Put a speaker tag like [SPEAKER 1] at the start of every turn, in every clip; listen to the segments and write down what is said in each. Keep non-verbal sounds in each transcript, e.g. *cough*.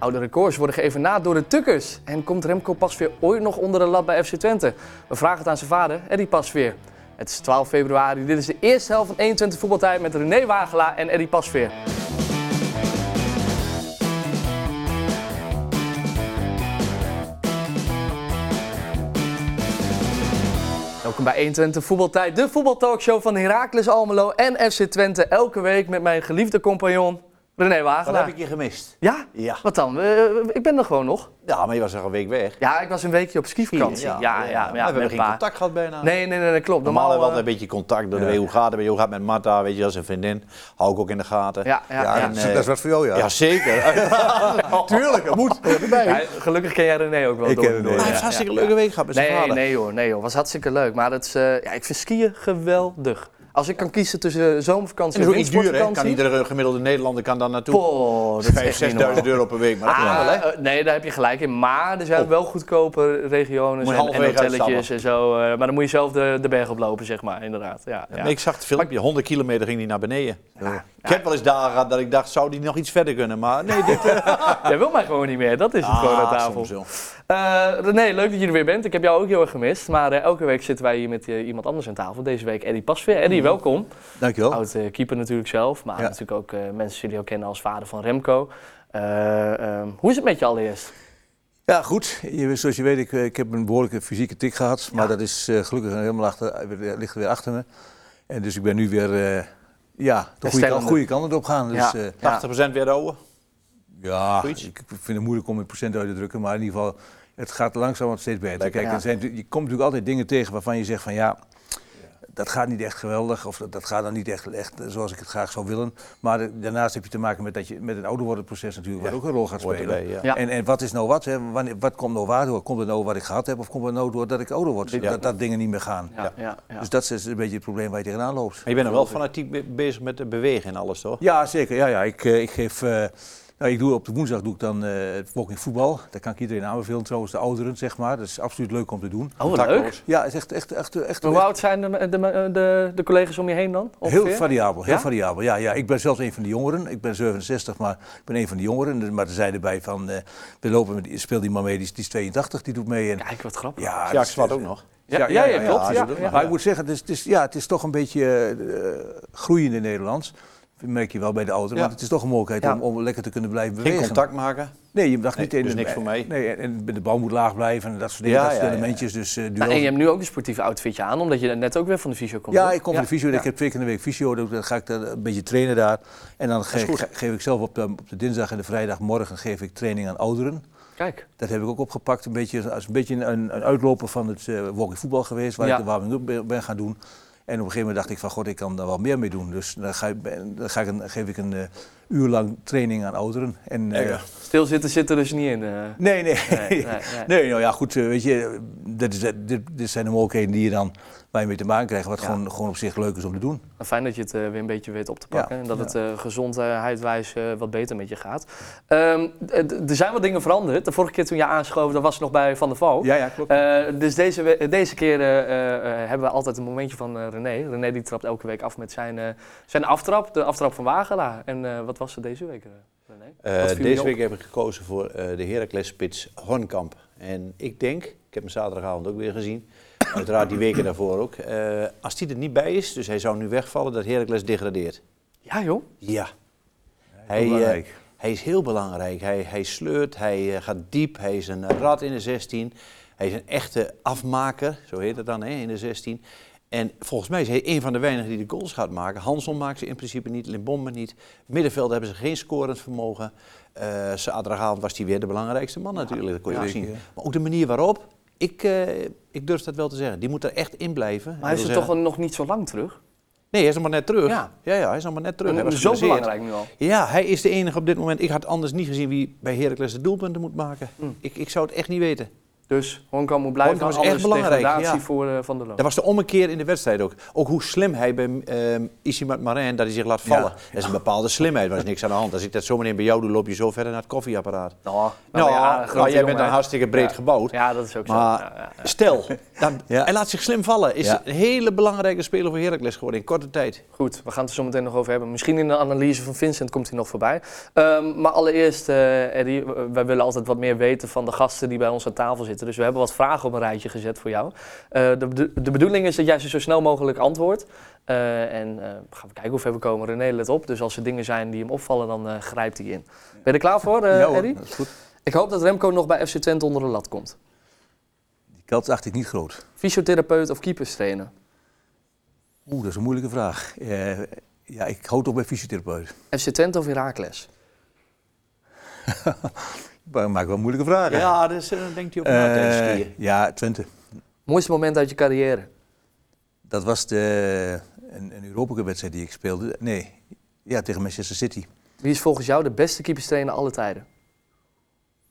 [SPEAKER 1] Oude records worden geëvenaard door de Tukkers. En komt Remco Pasveer ooit nog onder de lat bij FC Twente? We vragen het aan zijn vader, Eddie Pasveer. Het is 12 februari, dit is de eerste helft van 21 voetbaltijd met René Wagelaar en Eddie Pasveer. Welkom bij 120 Voetbaltijd, de voetbaltalkshow van Heracles Almelo en FC Twente. Elke week met mijn geliefde compagnon René
[SPEAKER 2] Wat
[SPEAKER 1] Wagelaar.
[SPEAKER 2] heb ik je gemist?
[SPEAKER 1] Ja?
[SPEAKER 2] Ja.
[SPEAKER 1] Wat dan? Eh, ik ben er gewoon nog.
[SPEAKER 2] Ja, maar je was er een week weg.
[SPEAKER 1] Ja, ik was een weekje op skivakantie. Ja, ja, ja.
[SPEAKER 2] we hebben
[SPEAKER 1] met
[SPEAKER 2] geen
[SPEAKER 1] pa.
[SPEAKER 2] contact gehad bijna.
[SPEAKER 1] Nee, nee, nee, dat klopt.
[SPEAKER 2] Normaal
[SPEAKER 1] Normaal,
[SPEAKER 2] hebben we altijd
[SPEAKER 1] eh,
[SPEAKER 2] een beetje contact. Door de hoe gaat het, hoe gaat het met Marta, weet je, dat is een vriendin. Hou ik ook in de gaten.
[SPEAKER 1] Ja, ja, ja. Oh,
[SPEAKER 2] en,
[SPEAKER 3] dat, is,
[SPEAKER 2] eh,
[SPEAKER 3] dat is wat voor jou, ja.
[SPEAKER 1] *laughs*
[SPEAKER 2] ja, zeker.
[SPEAKER 3] Tuurlijk, dat moet. Hoort erbij.
[SPEAKER 1] ja, gelukkig ken jij René ook wel
[SPEAKER 3] Ik
[SPEAKER 1] door
[SPEAKER 3] ken
[SPEAKER 1] en
[SPEAKER 3] René,
[SPEAKER 1] door,
[SPEAKER 2] Hij
[SPEAKER 1] ja.
[SPEAKER 2] heeft hartstikke
[SPEAKER 1] Ja,
[SPEAKER 2] leuke
[SPEAKER 1] ja.
[SPEAKER 2] week gehad met zijn
[SPEAKER 1] Nee,
[SPEAKER 2] vader.
[SPEAKER 1] nee hoor, nee hoor. Was hartstikke leuk. Maar dat is, eh, ja, ik vind skiën geweldig. Als ik kan kiezen tussen eh, zomervakantie
[SPEAKER 2] En
[SPEAKER 1] en
[SPEAKER 2] dat is ook niet duur, hè?
[SPEAKER 1] wintersportvakantie.
[SPEAKER 2] Kan iedere gemiddelde Nederlander kan daar naartoe.
[SPEAKER 1] Poh, dat is echt
[SPEAKER 2] 5.000,
[SPEAKER 1] niet normaal.
[SPEAKER 2] 6.000 euro per week, maar dat kan
[SPEAKER 1] Ah,
[SPEAKER 2] wel, hè? Oh.
[SPEAKER 1] eh, nee, daar heb je gelijk in. Maar er zijn wel goedkope regionen
[SPEAKER 2] Moet je
[SPEAKER 1] en, en
[SPEAKER 2] halverwege
[SPEAKER 1] hotelletjes
[SPEAKER 2] uitstappen.
[SPEAKER 1] en zo. eh, maar dan moet je zelf de, de berg oplopen, zeg maar, inderdaad. Ja, ja.
[SPEAKER 2] Nee, Ik zag het filmpje, 100 kilometer ging hij naar beneden. Ik heb wel eens dagen gehad dat ik dacht, zou die nog iets verder kunnen? Maar nee, dit
[SPEAKER 1] Jij wil mij gewoon niet meer, dat is het gewoon aan
[SPEAKER 2] Ah,
[SPEAKER 1] tafel.
[SPEAKER 2] soms wel.
[SPEAKER 1] Eh, René, leuk dat je er weer bent. Ik heb jou ook heel erg gemist. Maar eh, elke week zitten wij hier met eh, iemand anders aan tafel. Deze week Eddie Pasveer. Eddie, welkom.
[SPEAKER 3] Dankjewel.
[SPEAKER 1] Oud eh, keeper natuurlijk zelf. Maar
[SPEAKER 3] Mm. Oh. Ja.
[SPEAKER 1] natuurlijk ook eh, mensen die jullie ook kennen als vader van Remco. Eh, ehm, hoe is het met je allereerst?
[SPEAKER 3] Ja, goed. Je, zoals je weet, ik, eh, ik heb een behoorlijke fysieke tik gehad. Maar dat is eh, gelukkig helemaal achter, ligt er weer achter me. En dus ik ben nu weer eh, ja, de goede
[SPEAKER 1] Herstellende.
[SPEAKER 3] kant, goede kant op gaan. Dus,
[SPEAKER 1] Ja.
[SPEAKER 3] ja,
[SPEAKER 1] Ja.
[SPEAKER 2] 80% weer ouder.
[SPEAKER 3] ja ik
[SPEAKER 2] Zoiets.
[SPEAKER 3] ik vind het moeilijk om in procent uit te drukken. Maar in ieder geval, het gaat langzaam wat steeds beter. Kijk,
[SPEAKER 1] ja.
[SPEAKER 3] er zijn, natuurlijk- je komt natuurlijk altijd dingen tegen waarvan je zegt van ja... Dat gaat niet echt geweldig, of dat, dat gaat dan niet echt, echt zoals ik het graag zou willen. Maar eh, daarnaast heb je te maken met, dat je, met een ouder worden proces natuurlijk, wat ook een rol gaat
[SPEAKER 2] Hoort
[SPEAKER 3] spelen.
[SPEAKER 2] erbij, ja.
[SPEAKER 1] Ja.
[SPEAKER 3] En, en wat is nou wat? Hè? Wanneer, wat komt nou waardoor? Komt het nou wat ik gehad heb of komt het nou door dat ik ouder word? Dat, dat dingen niet meer gaan.
[SPEAKER 1] ja, ja.
[SPEAKER 3] Dus dat is een beetje het probleem waar je tegenaan loopt.
[SPEAKER 2] Maar je bent nog wel fanatiek be- bezig met het bewegen en alles, toch?
[SPEAKER 3] Ja, zeker. Ja, ja. Ik, eh, ik geef... eh, nou, ik doe op de woensdag doe ik dan eh, het walking voetbal. Dat kan ik iedereen aanbevelen, trouwens de ouderen, zeg maar. Dat is absoluut leuk om te doen.
[SPEAKER 1] Oh, wat leuk.
[SPEAKER 3] Ja, het is echt, echt, echt, echt,
[SPEAKER 1] Maar Hoe oud zijn de, de, de, de collega's om je heen dan?
[SPEAKER 3] Heel
[SPEAKER 1] ongeveer?
[SPEAKER 3] variabel, heel
[SPEAKER 1] Ja?
[SPEAKER 3] variabel. Ja, ja, ik ben zelfs een van de jongeren. Ik ben 67, maar ik ben een van de jongeren. Maar er zijn erbij van, eh, we lopen met, speelt die man mee, die is, die is 82, die doet mee. En,
[SPEAKER 1] Kijk, wat grappig.
[SPEAKER 3] ja,
[SPEAKER 2] Ja,
[SPEAKER 3] dat
[SPEAKER 2] ik
[SPEAKER 3] is-
[SPEAKER 2] zwart ook nog.
[SPEAKER 1] Ja, ja, ja, klopt, ja,
[SPEAKER 3] zo doet het.
[SPEAKER 1] ja.
[SPEAKER 3] Maar ik moet zeggen, het is, het is, ja, het is toch een beetje eh, groeiende Nederlands. Dat merk je wel bij de ouderen.
[SPEAKER 2] Ja.
[SPEAKER 3] Want het is toch een mogelijkheid
[SPEAKER 1] Ja.
[SPEAKER 3] om, om lekker te kunnen blijven
[SPEAKER 2] Geen
[SPEAKER 3] bewegen.
[SPEAKER 2] contact maken.
[SPEAKER 3] Nee, je mag niet
[SPEAKER 2] Nee,
[SPEAKER 3] in-
[SPEAKER 2] dus niks voor mij.
[SPEAKER 3] Nee, en, en de bal moet laag blijven en dat soort dingen.
[SPEAKER 2] Ja,
[SPEAKER 3] dat soort
[SPEAKER 2] ja, ja.
[SPEAKER 3] elementjes. Dus, eh,
[SPEAKER 1] Nou, en
[SPEAKER 3] duels.
[SPEAKER 1] je hebt nu ook een sportief outfitje aan, omdat je net ook weer van de fysio komt.
[SPEAKER 3] Ja,
[SPEAKER 1] toch?
[SPEAKER 3] ik kom van de fysio. Ik heb twee keer in de week fysio. dus Dan ga ik daar een beetje trainen daar. En dan ge- ge- geef ik zelf op de, op de dinsdag en de vrijdagmorgen geef ik training aan ouderen.
[SPEAKER 1] Kijk.
[SPEAKER 3] Dat heb ik ook opgepakt. Een beetje, als een beetje een, een uitloper van het eh walking voetbal geweest, waar
[SPEAKER 1] Ja.
[SPEAKER 3] ik de warming-up ben, ben gaan doen. En op een gegeven moment dacht ik van, god, ik kan daar wel meer mee doen. Dus dan, ga, ik- ben- dan ga ik een, geef ik een eh, uur lang training aan ouderen. En, eh,
[SPEAKER 2] Lekker.
[SPEAKER 1] Stilzitten zit er dus niet in. eh.
[SPEAKER 3] Nee, nee.
[SPEAKER 1] Nee,
[SPEAKER 3] Nee,
[SPEAKER 1] nee,
[SPEAKER 3] *laughs* nee,
[SPEAKER 1] nee.
[SPEAKER 3] nou ja, goed, eh, weet je, dit, is, dit, dit zijn de mogelijkheden die je dan waar je mee te maken krijgt, wat
[SPEAKER 1] Ja.
[SPEAKER 3] gewoon, gewoon op zich leuk is om te doen.
[SPEAKER 1] Maar Fijn dat je het eh, weer een beetje weet op te pakken.
[SPEAKER 3] Ja,
[SPEAKER 1] En dat
[SPEAKER 3] ja.
[SPEAKER 1] het eh gezondheidwijs eh, wat beter met je gaat. Ehm, d- d- er zijn wat dingen veranderd. De vorige keer toen je aanschoven, dat was nog bij Van der Val.
[SPEAKER 3] Ja, ja, klopt.
[SPEAKER 1] Eh, dus deze, we- deze keer eh, eh, eh, hebben we altijd een momentje van eh, René. René die trapt elke week af met zijn, eh, zijn aftrap, de aftrap van Wagelaar. En eh, wat was er deze week, eh, René?
[SPEAKER 2] Eh,
[SPEAKER 1] Wat viel je
[SPEAKER 2] deze
[SPEAKER 1] op?
[SPEAKER 2] week heb ik gekozen voor eh, de Heracles-spits Hornkamp. En ik denk, ik heb hem zaterdagavond ook weer gezien, *coughs* uiteraard die weken daarvoor ook. eh, als die er niet bij is, dus hij zou nu wegvallen, dat Heracles degradeert.
[SPEAKER 1] Ja joh,
[SPEAKER 2] Ja. Hij,
[SPEAKER 3] belangrijk.
[SPEAKER 2] eh, hij is heel belangrijk. Hij, hij sleurt, hij eh, gaat diep, hij is een rad in de 16. Hij is een echte afmaker, zo heet dat dan, hè, in de 16. En volgens mij is hij een van de weinigen die de goals gaat maken. Hanson maakt ze in principe niet, Limbombe niet. Middenveld hebben ze geen scorend vermogen. Eh zaterdagavond was hij weer de belangrijkste man natuurlijk, dat kon je
[SPEAKER 3] ja,
[SPEAKER 2] ook
[SPEAKER 3] zeker,
[SPEAKER 2] zien.
[SPEAKER 3] ja.
[SPEAKER 2] Maar ook de manier waarop, ik, eh, ik durf dat wel te zeggen. Die moet er echt in blijven.
[SPEAKER 1] maar hij is
[SPEAKER 2] Ik
[SPEAKER 1] er
[SPEAKER 2] wil
[SPEAKER 1] toch
[SPEAKER 2] zeggen-
[SPEAKER 1] wel nog niet zo lang terug.
[SPEAKER 2] Nee, hij is nog maar net terug.
[SPEAKER 1] Ja.
[SPEAKER 2] Ja, ja, hij is nog maar net terug. Hij was
[SPEAKER 1] zo
[SPEAKER 2] geblesseerd.
[SPEAKER 1] belangrijk nu al.
[SPEAKER 2] Ja, hij is de enige op dit moment. Ik had anders niet gezien wie bij Heracles de doelpunten moet maken. Ik, ik zou het echt niet weten.
[SPEAKER 1] Dus Honkamp moet blijven,
[SPEAKER 2] Honkamp is
[SPEAKER 1] anders
[SPEAKER 2] echt belangrijk,
[SPEAKER 1] degradatie
[SPEAKER 2] ja.
[SPEAKER 1] voor eh, Van der Loop.
[SPEAKER 2] Dat was de ommekeer in de wedstrijd ook. Ook hoe slim hij bij ehm Isimat Marin, dat hij zich laat
[SPEAKER 3] Ja.
[SPEAKER 2] vallen. Dat is een bepaalde slimheid, daar is niks aan de hand. Als ik dat zometeen bij jou doe, loop je zo verder naar het koffieapparaat.
[SPEAKER 1] Nou,
[SPEAKER 2] Nou,
[SPEAKER 1] ja,
[SPEAKER 2] ja,
[SPEAKER 1] een grote
[SPEAKER 2] nou, jij bent
[SPEAKER 1] jongen,
[SPEAKER 2] een
[SPEAKER 1] hè.
[SPEAKER 2] hartstikke breed
[SPEAKER 1] Ja.
[SPEAKER 2] gebouwd.
[SPEAKER 1] Ja, dat is ook
[SPEAKER 2] Maar
[SPEAKER 1] zo. Ja, ja, ja.
[SPEAKER 2] stel, dan,
[SPEAKER 3] Ja.
[SPEAKER 2] hij laat zich slim vallen. Is
[SPEAKER 3] Ja.
[SPEAKER 2] een hele belangrijke speler voor Heracles geworden in korte tijd.
[SPEAKER 1] Goed, we gaan het er zo meteen nog over hebben. Misschien in de analyse van Vincent komt hij nog voorbij. Ehm, maar allereerst, eh Eddie, eh, wij willen altijd wat meer weten van de gasten die bij ons aan tafel zitten. Dus we hebben wat vragen op een rijtje gezet voor jou. Eh, de, bedo- de bedoeling is dat jij ze zo snel mogelijk antwoordt. Eh, en eh, gaan we kijken hoe ver we komen. René, let op. Dus als er dingen zijn die hem opvallen, dan eh, grijpt hij in. Ben je er klaar voor, eh,
[SPEAKER 3] Ja hoor,
[SPEAKER 1] Eddie?
[SPEAKER 3] dat is goed.
[SPEAKER 1] Ik hoop dat Remco nog bij FC Twente onder de lat komt.
[SPEAKER 3] Die kans acht ik niet groot.
[SPEAKER 1] Fysiotherapeut of keepers trainen?
[SPEAKER 3] Oeh, dat is een moeilijke vraag. Eh, ja, ik hou toch bij fysiotherapeut.
[SPEAKER 1] FC Twente of Heracles?
[SPEAKER 3] Maar maak wel moeilijke vragen.
[SPEAKER 2] Ja, dus, eh, denkt hij op na tijdens
[SPEAKER 3] Eh,
[SPEAKER 2] skiën.
[SPEAKER 3] ja, Twente.
[SPEAKER 1] Mooiste moment uit je carrière?
[SPEAKER 3] Dat was de, een, een Europa Cup wedstrijd die ik speelde. Nee, ja, tegen Manchester City.
[SPEAKER 1] Wie is volgens jou de beste keeperstrainer alle tijden?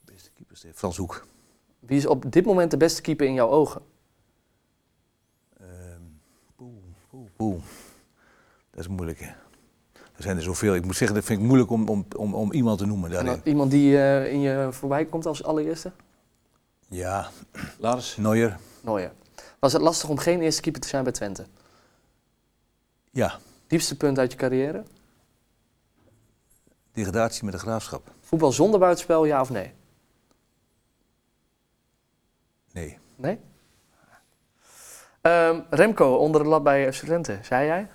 [SPEAKER 3] Beste keeper, Steve Frans Hoek.
[SPEAKER 1] Wie is op dit moment de beste keeper in jouw ogen?
[SPEAKER 3] Ehm, poeh, poeh, poeh. Dat is moeilijk, hè. Er zijn er zoveel. Ik moet zeggen, dat vind ik moeilijk om, om, om, om iemand te noemen daarin.
[SPEAKER 1] Nou, iemand die eh, in je voorbij komt als allereerste?
[SPEAKER 3] Ja,
[SPEAKER 2] Lars,
[SPEAKER 3] Neuer.
[SPEAKER 1] Nooier. Was het lastig om geen eerste keeper te zijn bij Twente?
[SPEAKER 3] Ja,
[SPEAKER 1] Diepste punt uit je carrière?
[SPEAKER 3] degradatie met de graafschap.
[SPEAKER 1] Voetbal zonder buitenspel, ja of nee?
[SPEAKER 3] Nee.
[SPEAKER 1] Nee? Ehm, Remco, onder de lat bij FC Twente, zei jij?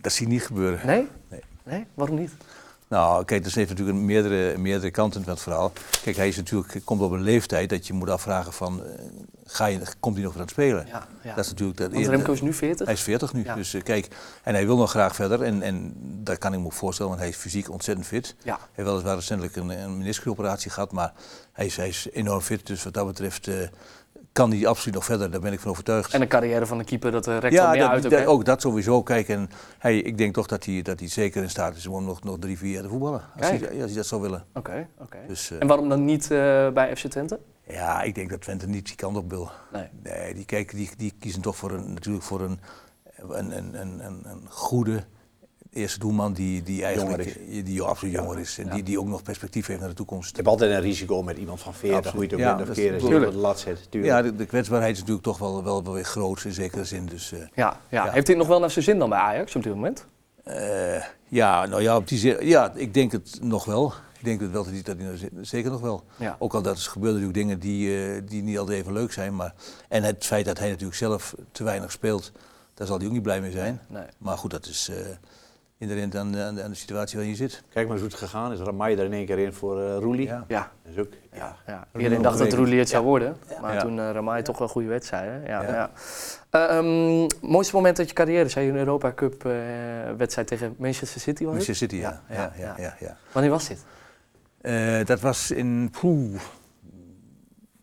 [SPEAKER 3] Dat zie ik niet gebeuren.
[SPEAKER 1] Nee?
[SPEAKER 3] Nee.
[SPEAKER 1] Nee? Waarom niet?
[SPEAKER 3] Nou, kijk, dat heeft natuurlijk meerdere, meerdere kanten van het verhaal. Kijk, hij is natuurlijk, komt op een leeftijd dat je moet afvragen van, eh, ga je, komt hij nog aan het spelen?
[SPEAKER 1] Ja, ja.
[SPEAKER 3] Dat is natuurlijk dat
[SPEAKER 1] Want
[SPEAKER 3] eerder-
[SPEAKER 1] Remco is nu 40.
[SPEAKER 3] Hij is 40 nu,
[SPEAKER 1] Ja.
[SPEAKER 3] dus eh, kijk, en hij wil nog graag verder. En, en dat kan ik me ook voorstellen, want hij is fysiek ontzettend fit.
[SPEAKER 1] Ja.
[SPEAKER 3] Hij heeft weliswaar recentelijk een, een meniscusoperatie gehad, maar hij is, hij is enorm fit. Dus wat dat betreft eh, kan hij absoluut nog verder, daar ben ik van overtuigd.
[SPEAKER 1] En de carrière van een keeper, dat eh, rekt wel
[SPEAKER 3] ja,
[SPEAKER 1] meer
[SPEAKER 3] dat-
[SPEAKER 1] uit. ook,
[SPEAKER 3] dat-
[SPEAKER 1] hè?
[SPEAKER 3] ook dat sowieso. Kijk, en hij, ik denk toch dat hij, dat hij zeker in staat is om nog, nog drie, vier jaar te voetballen. Als hij,
[SPEAKER 1] Kijk.
[SPEAKER 3] ja, als hij dat zou willen.
[SPEAKER 1] Oké, oké.
[SPEAKER 3] Dus eh,
[SPEAKER 1] En waarom dan niet eh, bij FC Twente?
[SPEAKER 3] ja, ik denk dat Twente niet die kant op wil.
[SPEAKER 1] Nee.
[SPEAKER 3] Nee, die, kijken, die, die kiezen toch voor een, natuurlijk voor een, een, een, een, een, een goede eerste doelman die, die eigenlijk die, die absoluut jonger is en die, die ook nog perspectief heeft naar de toekomst.
[SPEAKER 2] je hebt altijd een risico met iemand van 40,
[SPEAKER 3] Absoluut.
[SPEAKER 2] hoe je het ook
[SPEAKER 3] Ja,
[SPEAKER 2] bent of
[SPEAKER 3] dat
[SPEAKER 2] keer is, die
[SPEAKER 3] tuurlijk.
[SPEAKER 2] op de lat zet. Tuurlijk.
[SPEAKER 3] Ja, de, de kwetsbaarheid is natuurlijk toch wel, wel, wel weer groot in zekere zin. Dus, eh,
[SPEAKER 1] Ja, ja.
[SPEAKER 3] Ja.
[SPEAKER 1] Heeft hij het nog wel naar zijn zin dan bij Ajax op dit moment?
[SPEAKER 3] eh, ja, nou ja, op die zin, ja, ik denk het nog wel. Ik denk het wel dat hij dat hij nou- zeker nog wel.
[SPEAKER 1] Ja.
[SPEAKER 3] Ook al dat is gebeuren natuurlijk dingen die, eh, die niet altijd even leuk zijn. Maar, en het feit dat hij natuurlijk zelf te weinig speelt, daar zal hij ook niet blij mee zijn.
[SPEAKER 1] Nee.
[SPEAKER 3] Maar goed, dat is eh inherent aan, aan, de- aan de situatie waarin je zit.
[SPEAKER 2] Kijk maar eens hoe het gegaan is. Ramai er in één keer in voor eh Roelie.
[SPEAKER 3] Ja.
[SPEAKER 1] Ja.
[SPEAKER 2] Dat is ook, ja.
[SPEAKER 1] ja.
[SPEAKER 3] Roelie
[SPEAKER 1] Iedereen dacht dat
[SPEAKER 3] betekent-
[SPEAKER 1] Roelie het zou worden. Maar
[SPEAKER 3] Ja.
[SPEAKER 1] toen eh, Ramai toch wel goede wedstrijden. Ja, ja.
[SPEAKER 3] Ja.
[SPEAKER 1] Eh, ehm, mooiste moment uit je carrière? Zei je een Europa Cup eh, wedstrijd tegen Manchester City? Was het?
[SPEAKER 3] Manchester City, ja.
[SPEAKER 1] Ja,
[SPEAKER 3] ja,
[SPEAKER 1] ja,
[SPEAKER 3] ja, ja, ja,
[SPEAKER 1] Wanneer was dit?
[SPEAKER 3] Eh, dat was in. Poeh,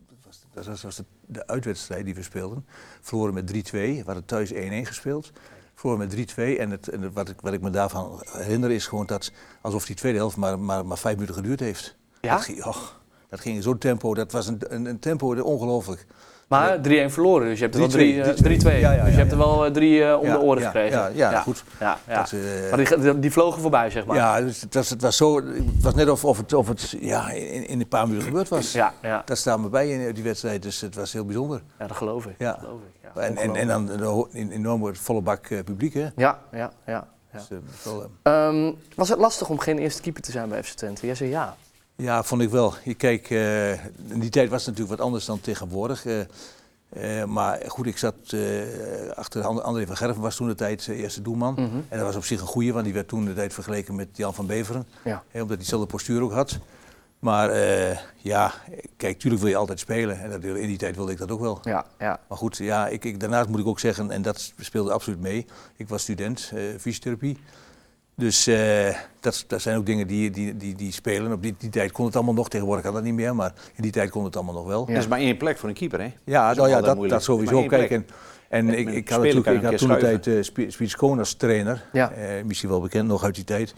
[SPEAKER 3] dat was, dat was, was de, de uitwedstrijd die we speelden. Verloren met 3-2. We hadden thuis 1-1 gespeeld. Verloren met 3-2. En, het, en het- wat, ik, wat ik me daarvan herinner is gewoon dat. alsof die tweede helft maar, maar, maar vijf minuten geduurd heeft.
[SPEAKER 1] Ja?
[SPEAKER 3] Dat, ging, och, dat ging in zo'n tempo. Dat was een, een, een tempo ongelooflijk.
[SPEAKER 1] Maar 3-1 verloren, dus je hebt er wel 3-2.
[SPEAKER 3] 3-2,
[SPEAKER 1] eh,
[SPEAKER 3] 3-2.
[SPEAKER 1] 3-2.
[SPEAKER 3] Ja, ja,
[SPEAKER 1] dus je
[SPEAKER 3] ja,
[SPEAKER 1] hebt er
[SPEAKER 3] ja.
[SPEAKER 1] wel eh, drie eh, om
[SPEAKER 3] Ja,
[SPEAKER 1] de oren
[SPEAKER 3] ja,
[SPEAKER 1] gekregen.
[SPEAKER 3] ja, ja, goed.
[SPEAKER 1] Ja, ja.
[SPEAKER 3] Dat, eh,
[SPEAKER 1] maar die, die vlogen voorbij, zeg maar.
[SPEAKER 3] Ja, dus het was, het was, zo, het was net of, of het, of het ja, in, in een paar minuten gebeurd was.
[SPEAKER 1] Ja, ja.
[SPEAKER 3] Dat staan we bij in die wedstrijd, dus het was heel bijzonder.
[SPEAKER 1] Ja, dat geloof ik.
[SPEAKER 3] Ja.
[SPEAKER 1] Dat geloof ik. Ja,
[SPEAKER 3] en, en, en dan eh, een een enorme volle bak eh, publiek, hè?
[SPEAKER 1] ja, ja, ja. ja.
[SPEAKER 3] Dus, eh, dat is wel, eh,
[SPEAKER 1] Ehm, was het lastig om geen eerste keeper te zijn bij FC Twente? Jij zei ja.
[SPEAKER 3] ja, vond ik wel. Je Kijk, eh, in die tijd was het natuurlijk wat anders dan tegenwoordig. eh, eh, maar goed, ik zat eh, achter And- André van Gerven, was toen de tijd eh, eerste doelman. En dat was op zich een goeie, want die werd toen de tijd vergeleken met Jan van Beveren.
[SPEAKER 1] Ja.
[SPEAKER 3] Hè, omdat hij dezelfde postuur ook had. Maar eh, ja, kijk, tuurlijk wil je altijd spelen. En dat, in die tijd wilde ik dat ook wel.
[SPEAKER 1] Ja, ja.
[SPEAKER 3] Maar goed, ja, ik, ik, daarnaast moet ik ook zeggen, en dat speelde absoluut mee. Ik was student, eh, fysiotherapie. Dus eh, dat, dat zijn ook dingen die, die, die, die spelen. Op die, die tijd kon het allemaal nog, tegenwoordig kan dat niet meer, maar in die tijd kon het allemaal nog wel.
[SPEAKER 1] Ja.
[SPEAKER 2] Er is maar één plek voor een keeper, hè?
[SPEAKER 3] Ja,
[SPEAKER 2] is ook
[SPEAKER 3] nou ja,
[SPEAKER 2] altijd
[SPEAKER 3] dat,
[SPEAKER 2] moeilijk.
[SPEAKER 3] dat sowieso.
[SPEAKER 2] Maar één
[SPEAKER 3] Kijk,
[SPEAKER 2] plek.
[SPEAKER 3] en, en
[SPEAKER 2] Met-
[SPEAKER 3] ik,
[SPEAKER 2] met
[SPEAKER 3] ik had
[SPEAKER 2] spelen
[SPEAKER 3] natuurlijk
[SPEAKER 2] kan je
[SPEAKER 3] ik had
[SPEAKER 2] een
[SPEAKER 3] toen
[SPEAKER 2] keer
[SPEAKER 3] de tijd eh Spie- Spiets Koon als trainer.
[SPEAKER 1] Ja.
[SPEAKER 3] Eh, misschien wel bekend nog uit die tijd.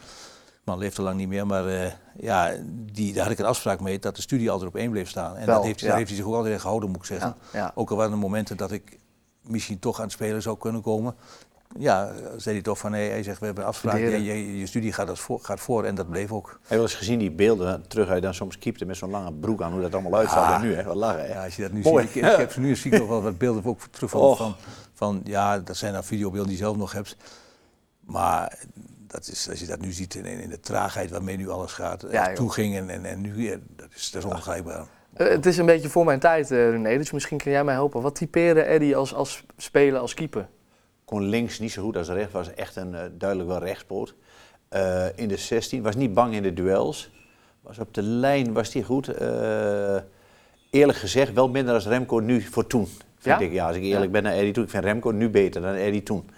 [SPEAKER 3] man leeft al lang niet meer, maar eh, ja, die, daar had ik een afspraak mee dat de studie altijd op één bleef staan. En
[SPEAKER 1] Wel,
[SPEAKER 3] dat heeft, hij-
[SPEAKER 1] ja.
[SPEAKER 3] daar heeft hij zich ook altijd in gehouden, moet ik zeggen.
[SPEAKER 1] ja.
[SPEAKER 3] Ook al waren er momenten dat ik misschien toch aan het spelen zou kunnen komen. Ja, zei hij toch van, nee, hij zegt, we hebben een afspraak,
[SPEAKER 1] Studeren.
[SPEAKER 3] je, je, je studie gaat, dat voor, gaat voor en dat bleef ook.
[SPEAKER 2] Heb je wel eens gezien die beelden terug uit dan soms keepte met zo'n lange broek aan, hoe dat allemaal uitzag
[SPEAKER 3] Ah.
[SPEAKER 2] En nu, hè? Wat lachen, hè?
[SPEAKER 3] Ja, als je dat nu
[SPEAKER 2] Mooi.
[SPEAKER 3] ziet, ik, ik heb ze nu zie ik nog wel wat beelden ook terug van,
[SPEAKER 2] Och.
[SPEAKER 3] van, van, ja, dat zijn dan videobeelden die je zelf nog hebt. Maar dat is, als je dat nu ziet in, in de traagheid waarmee nu alles gaat,
[SPEAKER 1] Ja,
[SPEAKER 3] eh,
[SPEAKER 1] joh.
[SPEAKER 3] toe ging en, en, en nu, eh, dat is, dat is ongrijpbaar.
[SPEAKER 1] Eh, het is een beetje voor mijn tijd, eh, René, dus misschien kan jij mij helpen. Wat typeren Eddy als, als speler, als keeper?
[SPEAKER 2] kon links niet zo goed als rechts, was echt een eh, duidelijk wel rechtspoot. Eh, in de 16, was niet bang in de duels. Was op de lijn, was die goed. Eh, eerlijk gezegd, wel minder als Remco nu voor toen.
[SPEAKER 1] Ja?
[SPEAKER 2] Vind ik, ja, als ik eerlijk ben naar Eddie toen. Ik vind Remco nu beter dan Eddie toen.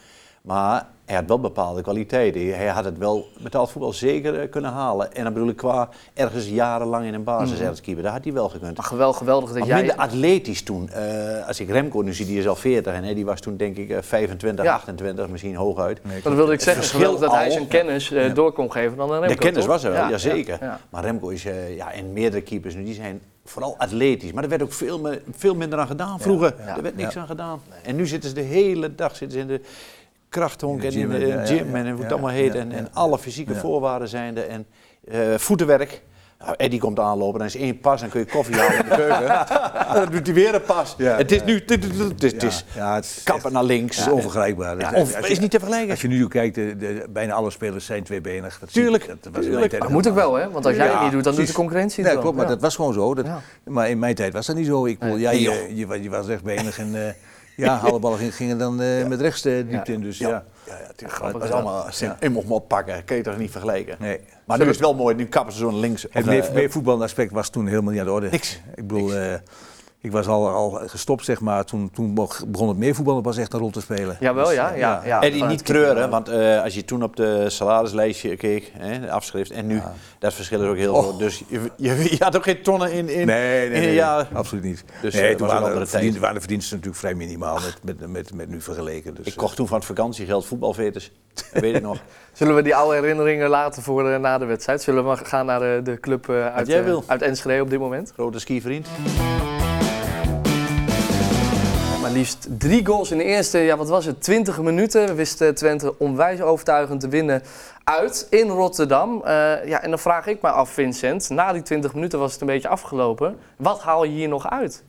[SPEAKER 2] Maar hij had wel bepaalde kwaliteiten. Hij had het wel betaald voetbal zeker eh, kunnen halen. En dan bedoel ik qua ergens jarenlang in een basis ergens keeper. Dat had hij wel gekund.
[SPEAKER 1] Maar wel geweldig dat
[SPEAKER 2] Maar
[SPEAKER 1] jij...
[SPEAKER 2] minder atletisch toen. Eh, als ik Remco nu zie, die is al 40 en hè, die was toen denk ik eh, 25,
[SPEAKER 1] Ja.
[SPEAKER 2] 28, misschien hooguit.
[SPEAKER 3] Nee,
[SPEAKER 1] Dat wilde ik zeggen,
[SPEAKER 2] verschil
[SPEAKER 1] geweldig dat hij
[SPEAKER 2] al-
[SPEAKER 1] zijn kennis eh, door kon geven dan een Remco,
[SPEAKER 2] De kennis
[SPEAKER 1] toch?
[SPEAKER 2] was er wel,
[SPEAKER 1] Ja,
[SPEAKER 2] jazeker.
[SPEAKER 1] ja, ja.
[SPEAKER 2] Maar Remco is, eh, ja, en meerdere keepers nu, die zijn vooral atletisch. Maar er werd ook veel, me- veel minder aan gedaan vroeger.
[SPEAKER 1] ja.
[SPEAKER 2] Er werd niks
[SPEAKER 3] Ja.
[SPEAKER 2] aan gedaan. En nu zitten ze de hele dag zitten ze in de krachthonk
[SPEAKER 3] In
[SPEAKER 2] en
[SPEAKER 3] de
[SPEAKER 2] in de
[SPEAKER 3] gym,
[SPEAKER 2] gym,
[SPEAKER 3] ja, ja, ja,
[SPEAKER 2] en hoe het
[SPEAKER 3] ja,
[SPEAKER 2] allemaal heet.
[SPEAKER 3] ja,
[SPEAKER 2] en, en
[SPEAKER 3] ja.
[SPEAKER 2] alle fysieke
[SPEAKER 3] Ja.
[SPEAKER 2] voorwaarden zijn er. En eh, voetenwerk. Nou, Eddie komt aanlopen, dan is één pas, dan kun je koffie halen in de keuken. *laughs* dan doet hij weer een pas.
[SPEAKER 3] Ja,
[SPEAKER 2] het is nu, dit- dit- dit- dit- dit
[SPEAKER 3] Ja,
[SPEAKER 2] is
[SPEAKER 3] ja, het is
[SPEAKER 2] kappen naar links.
[SPEAKER 3] echt
[SPEAKER 2] Of-
[SPEAKER 3] onvergelijkbaar.
[SPEAKER 2] Ja,
[SPEAKER 3] Dat-
[SPEAKER 2] of-
[SPEAKER 3] als
[SPEAKER 2] is niet te vergelijken.
[SPEAKER 3] Als je nu kijkt, de, de- bijna alle spelers zijn tweebenig. Dat zie-
[SPEAKER 2] Tuurlijk,
[SPEAKER 3] Dat was in
[SPEAKER 2] tuurlijk.
[SPEAKER 3] mijn tijd
[SPEAKER 1] Dat moet ook wel, hè? Want als jij
[SPEAKER 3] Ja,
[SPEAKER 1] het niet doet, dan doet de
[SPEAKER 3] precies.
[SPEAKER 1] concurrentie het
[SPEAKER 3] Nee,
[SPEAKER 1] wel.
[SPEAKER 3] klopt, maar
[SPEAKER 1] Ja.
[SPEAKER 3] dat was gewoon zo. Dat,
[SPEAKER 1] Ja.
[SPEAKER 3] Maar in mijn tijd was dat niet zo. Ik bedoel, ja,
[SPEAKER 2] Nee,
[SPEAKER 3] je, je, wa- je was echt benig en eh ja, halleballen ging- gingen dan eh, met rechts eh, diepte in. Dus ja.
[SPEAKER 2] Ja, ja, ja, tuurlijk.
[SPEAKER 1] Grappig
[SPEAKER 2] dat is
[SPEAKER 1] wel.
[SPEAKER 2] allemaal sim-
[SPEAKER 3] Ja.
[SPEAKER 2] Ik mocht me oppakken, kun je toch niet vergelijken.
[SPEAKER 3] Nee.
[SPEAKER 2] Maar nu is het wel mooi, nu kappen ze zo'n links.
[SPEAKER 3] Het
[SPEAKER 2] of, eh,
[SPEAKER 3] meer, voetbalaspect was toen helemaal niet aan de orde.
[SPEAKER 2] Niks.
[SPEAKER 3] Ik bedoel, eh, ik was al, al gestopt, zeg maar. Toen, toen mocht- begon het meervoetballen pas echt een rol te spelen.
[SPEAKER 1] Jawel,
[SPEAKER 3] Dus,
[SPEAKER 1] ja,
[SPEAKER 3] eh,
[SPEAKER 1] ja, ja.
[SPEAKER 2] en die
[SPEAKER 1] Vanuit
[SPEAKER 2] niet treuren, want eh, als je toen op de salarislijstje keek, hè, de afschrift, en nu, dat verschil is ook heel
[SPEAKER 3] Och.
[SPEAKER 2] groot. Dus je, je, je had ook geen tonnen in, in,
[SPEAKER 3] Nee,
[SPEAKER 2] in
[SPEAKER 3] nee,
[SPEAKER 2] een
[SPEAKER 3] nee,
[SPEAKER 2] jaar.
[SPEAKER 3] absoluut niet.
[SPEAKER 2] Dus, eh,
[SPEAKER 3] nee,
[SPEAKER 2] het
[SPEAKER 3] toen
[SPEAKER 2] was een
[SPEAKER 3] waren,
[SPEAKER 2] andere
[SPEAKER 3] de verdien-
[SPEAKER 2] tijd.
[SPEAKER 3] waren de verdiensten natuurlijk vrij minimaal met, met, met, met nu vergeleken. Dus,
[SPEAKER 2] Ik kocht toen van het vakantiegeld voetbalveters, dat weet ik *laughs* nog.
[SPEAKER 1] Zullen we die oude herinneringen laten voor eh, na de wedstrijd? Zullen we gaan naar eh, de club eh, uit,
[SPEAKER 2] jij
[SPEAKER 1] eh,
[SPEAKER 2] wil.
[SPEAKER 1] uit Enschede op dit moment?
[SPEAKER 2] Grote skivriend.
[SPEAKER 1] Maar liefst drie goals in de eerste, ja, wat was het, 20 minuten wist eh, Twente onwijs overtuigend te winnen uit in Rotterdam. Eh, ja, en dan vraag ik me af, Vincent, na die 20 minuten was het een beetje afgelopen. Wat haal je hier nog uit?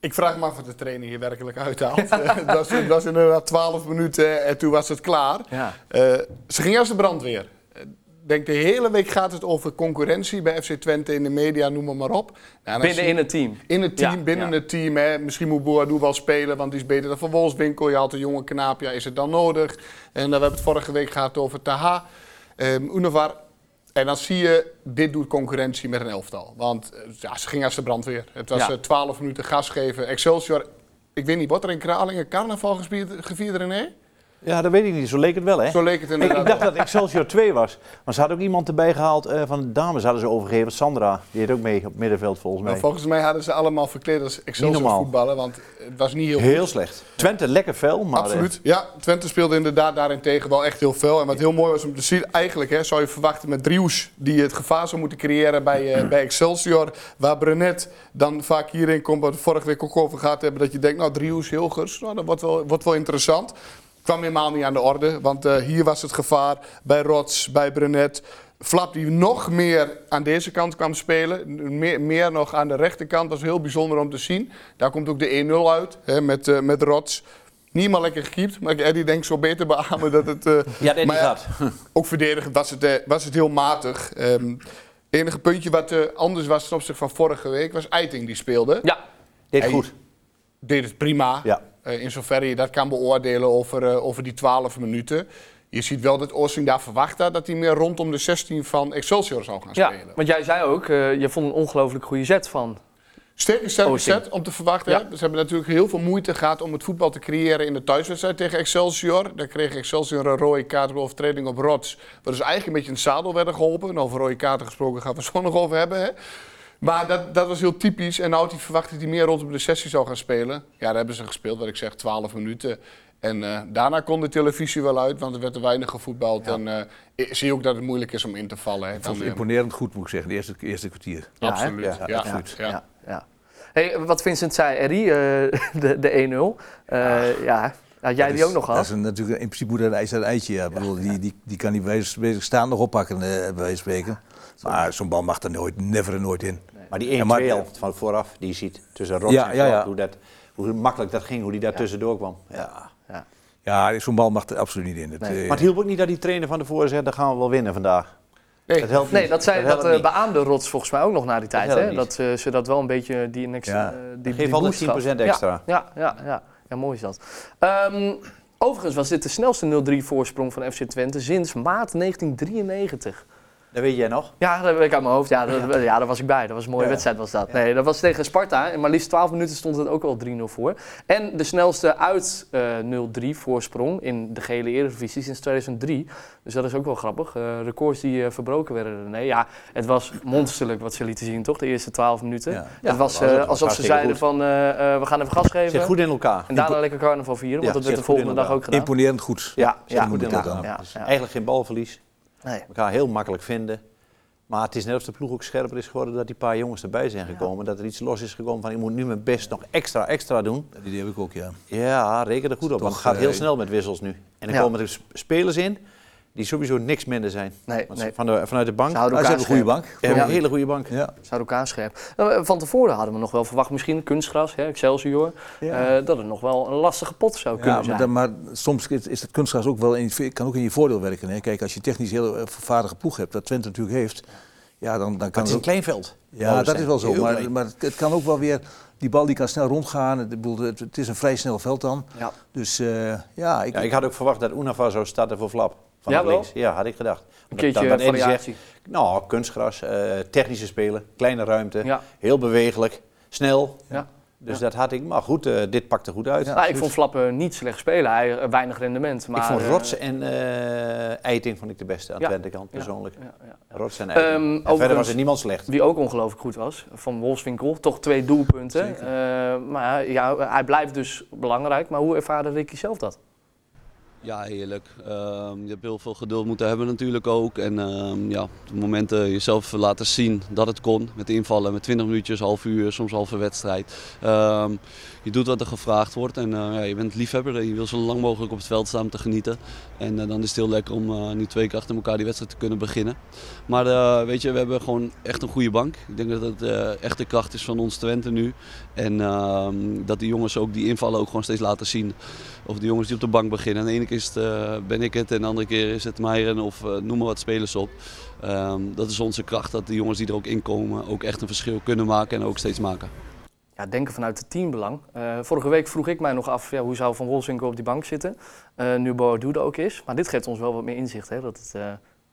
[SPEAKER 4] Ik vraag me af wat de trainer hier werkelijk
[SPEAKER 1] *laughs*
[SPEAKER 4] uithaalt. Eh, dat, was, dat was inderdaad 12 minuten eh, en toen was het klaar.
[SPEAKER 1] Ja.
[SPEAKER 4] Eh, ze ging als de brandweer. Eh, Ik denk de hele week gaat het over concurrentie bij FC Twente in de media, noem maar, maar op. Nou, en als
[SPEAKER 1] Binnen
[SPEAKER 4] je-
[SPEAKER 1] in het team.
[SPEAKER 4] in het team,
[SPEAKER 1] Ja,
[SPEAKER 4] binnen
[SPEAKER 1] ja.
[SPEAKER 4] het team. Hè. Misschien moet Boadu wel spelen, want die is beter dan Van Wolfswinkel. Je had een jonge knaap, ja, is het dan nodig? En dan hebben we het vorige week gehad over Taha, ehm Unavar. En dan zie je, dit doet concurrentie met een elftal. Want eh, ja, ze ging als de brandweer. Het was
[SPEAKER 1] Ja.
[SPEAKER 4] eh, 12 minuten gas geven. Excelsior, ik weet niet, wordt er in Kralingen carnaval gespierd- gevierd, René?
[SPEAKER 2] Ja, dat weet ik niet, zo leek het wel, hè?
[SPEAKER 4] Zo leek het
[SPEAKER 2] Ik,
[SPEAKER 4] inderdaad.
[SPEAKER 2] ik dacht dat Excelsior 2 was. Maar ze had ook iemand erbij gehaald eh, van de dames, hadden ze overgegeven. Sandra, die deed ook mee op het middenveld volgens
[SPEAKER 4] Maar
[SPEAKER 2] mij.
[SPEAKER 4] Nou, volgens mij hadden ze allemaal verkleed als Excelsior
[SPEAKER 2] normaal.
[SPEAKER 4] voetballen, want het was niet heel
[SPEAKER 2] Heel slecht. Twente lekker fel, maar eh,
[SPEAKER 4] Absoluut. Ja, Twente speelde inderdaad daarentegen wel echt heel veel. En wat heel mooi was om te zien, eigenlijk hè, zou je verwachten met Driehoes, die het gevaar zou moeten creëren bij, eh, bij Excelsior. Waar Brenet dan vaak hierin komt, wat we vorige week ook over gehad hebben, dat je denkt, nou Driehoes, Hilgers, nou, dat wordt wel, wordt wel interessant. Kwam helemaal niet aan de orde, want eh, hier was het gevaar bij Rots, bij Brenet. Flap die nog meer aan deze kant kwam spelen, meer, meer nog aan de rechterkant, was heel bijzonder om te zien. Daar komt ook de 1-0 uit hè, met, eh, met Rots. Niet helemaal lekker gekiept, maar Eddie denkt zo beter beamen dat het... eh,
[SPEAKER 2] Ja, dat
[SPEAKER 4] maar
[SPEAKER 2] die
[SPEAKER 4] ja,
[SPEAKER 2] gaat.
[SPEAKER 4] Ook verdedigend was het, eh, was het heel matig. Ehm, Het enige puntje wat eh, anders was ten opzichte van vorige week was Eiting die speelde.
[SPEAKER 1] Ja,
[SPEAKER 2] Deed
[SPEAKER 4] Hij-
[SPEAKER 2] goed.
[SPEAKER 4] Deed het prima,
[SPEAKER 2] Ja.
[SPEAKER 4] Eh, in zoverre je dat kan beoordelen over, eh, over die 12 minuten. Je ziet wel dat Ossing daar verwacht had dat hij meer rondom de 16 van Excelsior zou gaan
[SPEAKER 1] ja,
[SPEAKER 4] spelen.
[SPEAKER 1] want jij zei ook, eh, je vond een ongelooflijk goede zet van.
[SPEAKER 4] Sterke sterke
[SPEAKER 1] Ossing.
[SPEAKER 4] set om te verwachten.
[SPEAKER 1] Ja.
[SPEAKER 4] hè. Ze hebben natuurlijk heel veel moeite gehad om het voetbal te creëren in de thuiswedstrijd tegen Excelsior. Daar kreeg Excelsior een rode kaart voor overtreding op Rots. Waar dus eigenlijk een beetje in het zadel werden geholpen. En over rode kaarten gesproken gaan we het *laughs* zo nog over hebben. Hè? Maar dat, dat was heel typisch. En nou had hij verwacht dat hij meer rondom de sessie zou gaan spelen. Ja, daar hebben ze gespeeld, wat ik zeg, 12 minuten. En eh, daarna kon de televisie wel uit, want er werd te weinig gevoetbald. En eh, ik zie je ook dat het moeilijk is om in te vallen. Hè.
[SPEAKER 3] Ik vond
[SPEAKER 4] Dan,
[SPEAKER 3] het
[SPEAKER 4] eh,
[SPEAKER 3] imponerend goed, moet ik zeggen, de eerste, eerste kwartier.
[SPEAKER 2] Ja, hè?
[SPEAKER 4] absoluut.
[SPEAKER 2] Ja,
[SPEAKER 4] Ja, ja,
[SPEAKER 3] absoluut.
[SPEAKER 4] ja.
[SPEAKER 1] ja. ja. Hey, wat Vincent zei, Eddie, eh, *laughs* de, de 1-0. Eh, ja, had jij die
[SPEAKER 3] Dat is-
[SPEAKER 1] ook nog
[SPEAKER 3] Dat
[SPEAKER 1] gehad?
[SPEAKER 3] is een- natuurlijk, in principe moet dat een ijs uit eitje. Ja. Ik bedoel, die, die, die kan die bij wijze van spreken staan nog oppakken, eh, bij wijze van spreken. Maar zo'n bal mag er nooit, never en nooit in.
[SPEAKER 2] Maar die
[SPEAKER 3] Ja, maar-
[SPEAKER 2] 1-2 helft van vooraf, die je ziet tussen Rots
[SPEAKER 3] Ja,
[SPEAKER 2] en
[SPEAKER 3] ja,
[SPEAKER 2] Veld,
[SPEAKER 3] ja.
[SPEAKER 2] Hoe, dat, hoe makkelijk dat ging, hoe die daar tussendoor kwam.
[SPEAKER 3] Ja,
[SPEAKER 1] Ja.
[SPEAKER 3] ja zo'n bal mag er absoluut niet in. Dat,
[SPEAKER 1] Nee.
[SPEAKER 3] eh,
[SPEAKER 2] Maar het hielp ook niet dat die trainer van tevoren zei, dan gaan we wel winnen vandaag.
[SPEAKER 4] Nee,
[SPEAKER 2] dat helpt
[SPEAKER 1] Nee,
[SPEAKER 2] niet.
[SPEAKER 1] dat, zei, dat,
[SPEAKER 2] helpt
[SPEAKER 1] eh,
[SPEAKER 2] niet.
[SPEAKER 1] beaamde Rots volgens mij ook nog na die tijd.
[SPEAKER 2] helpt
[SPEAKER 1] hè?
[SPEAKER 2] niet.
[SPEAKER 1] Dat eh, ze dat wel een beetje die, next,
[SPEAKER 3] Ja.
[SPEAKER 1] eh, die,
[SPEAKER 2] Geef
[SPEAKER 1] die
[SPEAKER 2] altijd
[SPEAKER 1] boost gaf.
[SPEAKER 2] 10% extra.
[SPEAKER 1] Ja, ja, ja, ja. ja, mooi is dat. Ehm, overigens was dit de snelste 0-3 voorsprong van FC Twente sinds maart 1993.
[SPEAKER 2] Dat weet jij nog.
[SPEAKER 1] Ja, dat weet ik uit mijn hoofd. Ja, dat, ja. daar was ik bij. Dat was een mooie
[SPEAKER 2] Ja.
[SPEAKER 1] wedstrijd was dat. Nee, dat was tegen Sparta. En maar liefst 12 minuten stond het ook al 3-0 voor. En de snelste uit eh 0-3 voorsprong in de gele Eredivisie sinds 2003. Dus dat is ook wel grappig. Eh, records die eh, verbroken werden. Nee, ja, het was monsterlijk wat ze lieten zien, toch? De eerste 12 minuten.
[SPEAKER 3] Ja.
[SPEAKER 1] het was
[SPEAKER 2] dat was-
[SPEAKER 1] eh,
[SPEAKER 2] dat was
[SPEAKER 1] alsof ze
[SPEAKER 2] hartstikke
[SPEAKER 1] zeiden
[SPEAKER 2] goed.
[SPEAKER 1] van, eh, eh, we gaan even gas
[SPEAKER 2] Zit
[SPEAKER 1] geven.
[SPEAKER 2] goed in elkaar.
[SPEAKER 1] En daarna lekker carnaval vieren, want
[SPEAKER 2] Ja,
[SPEAKER 1] dat werd de
[SPEAKER 2] zit goed in
[SPEAKER 1] volgende dag ook
[SPEAKER 2] elkaar.
[SPEAKER 1] gedaan.
[SPEAKER 3] Imponerend goed.
[SPEAKER 2] Ja,
[SPEAKER 3] Zo
[SPEAKER 2] ja,
[SPEAKER 3] moet
[SPEAKER 2] goed in
[SPEAKER 3] het
[SPEAKER 2] elkaar.
[SPEAKER 3] dan.
[SPEAKER 1] Ja,
[SPEAKER 2] Dus
[SPEAKER 1] ja.
[SPEAKER 2] Eigenlijk geen balverlies.
[SPEAKER 1] Nee.
[SPEAKER 2] Elkaar heel makkelijk vinden. Maar het is net als de ploeg ook scherper is geworden dat die paar jongens erbij zijn gekomen. Dat er iets los is gekomen van ik moet nu mijn best nog extra, extra doen.
[SPEAKER 3] Dat idee heb ik ook, ja.
[SPEAKER 2] Ja, reken er goed op. Want het
[SPEAKER 3] Toch,
[SPEAKER 2] gaat heel
[SPEAKER 3] eh,
[SPEAKER 2] snel met wissels nu. En er
[SPEAKER 1] Ja.
[SPEAKER 2] komen er sp- spelers in die sowieso niks minder zijn.
[SPEAKER 1] Nee,
[SPEAKER 2] Want ze-
[SPEAKER 1] nee.
[SPEAKER 2] Van de, vanuit de bank.
[SPEAKER 1] Ze houden
[SPEAKER 3] Maar ze
[SPEAKER 1] elkaar
[SPEAKER 3] hebben een goede
[SPEAKER 1] scherp.
[SPEAKER 3] bank.
[SPEAKER 2] We hebben
[SPEAKER 1] Ja.
[SPEAKER 2] een hele goede bank.
[SPEAKER 3] Ja.
[SPEAKER 1] Ze houden elkaar scherp. Eh, Van tevoren hadden we nog wel verwacht, misschien kunstgras, hè, Excelsior,
[SPEAKER 3] Ja.
[SPEAKER 1] eh, dat het nog wel een lastige pot zou kunnen
[SPEAKER 3] Ja, maar,
[SPEAKER 1] zijn.
[SPEAKER 3] dan- maar soms is, is dat kunstgras ook wel in, je- kan ook in je voordeel werken. Hè. Kijk, als je technisch heel eh, vaardige ploeg hebt, dat Twente natuurlijk heeft, ja, dan, dan
[SPEAKER 2] Maar
[SPEAKER 3] kan
[SPEAKER 2] het
[SPEAKER 3] het
[SPEAKER 2] is een
[SPEAKER 3] ook.
[SPEAKER 2] klein veld.
[SPEAKER 3] Ja, dat is wel zo.
[SPEAKER 2] Heel
[SPEAKER 3] Maar,
[SPEAKER 2] klein.
[SPEAKER 3] maar het, het kan ook wel weer, die bal die kan snel rondgaan. Het, ik bedoel, het, het is een vrij snel veld dan.
[SPEAKER 1] Ja.
[SPEAKER 3] Dus eh, ja, ik,
[SPEAKER 2] Ja, ik had ook verwacht dat Unava zou starten voor Flap. Van
[SPEAKER 1] Ja, wel?
[SPEAKER 2] links. Ja, had ik gedacht. Omdat
[SPEAKER 1] een keertje
[SPEAKER 2] dat- dat Eddie
[SPEAKER 1] variatie.
[SPEAKER 2] zegt, nou, kunstgras, eh, technische spelen, kleine ruimte,
[SPEAKER 1] Ja.
[SPEAKER 2] heel bewegelijk, snel.
[SPEAKER 1] Ja.
[SPEAKER 2] Dus dat had ik. Maar goed, eh, dit pakte goed uit.
[SPEAKER 1] Nou, ik vond Flappen niet slecht spelen, hij eh, weinig rendement. Maar,
[SPEAKER 2] ik vond
[SPEAKER 1] eh,
[SPEAKER 2] Rotsen en eh Eiting vond ik de beste aan
[SPEAKER 1] Ja.
[SPEAKER 2] Twente kant,
[SPEAKER 1] ja,
[SPEAKER 2] persoonlijk.
[SPEAKER 1] ja, ja.
[SPEAKER 2] Rotsen en
[SPEAKER 1] Ehm,
[SPEAKER 2] Eiting. En verder
[SPEAKER 1] overigens-
[SPEAKER 2] was er niemand slecht.
[SPEAKER 1] Wie ook ongelooflijk goed was, van Wolfswinkel, toch twee doelpunten. Eh, maar ja, hij blijft dus belangrijk, maar hoe ervaarde Ricky zelf dat?
[SPEAKER 5] Ja, heerlijk. Ehm, je hebt heel veel geduld moeten hebben natuurlijk ook. En ehm, ja, op het moment eh, jezelf laten zien dat het kon. Met invallen, met 20 minuutjes, half uur, soms halve wedstrijd. Ehm, je doet wat er gevraagd wordt en eh, ja, je bent liefhebber. En je wil zo lang mogelijk op het veld staan om te genieten. En eh, dan is het heel lekker om eh, nu twee keer achter elkaar die wedstrijd te kunnen beginnen. Maar eh, weet je, we hebben gewoon echt een goede bank. Ik denk dat dat eh, echt de kracht is van ons Twente nu. En ehm, dat die jongens ook die invallen ook gewoon steeds laten zien of de jongens die op de bank beginnen. En de ene keer is het, eh, ben ik het en de andere keer is het Meijeren of eh, noem maar wat spelers op. Ehm, dat is onze kracht, dat de jongens die er ook inkomen ook echt een verschil kunnen maken en ook steeds maken.
[SPEAKER 1] Ja, denken vanuit het teambelang. Eh, vorige week vroeg ik mij nog af, ja, hoe zou Van Wolfswinkel op die bank zitten? Eh, nu Boadu er ook is. Maar dit geeft ons wel wat meer inzicht, hè? Dat het eh,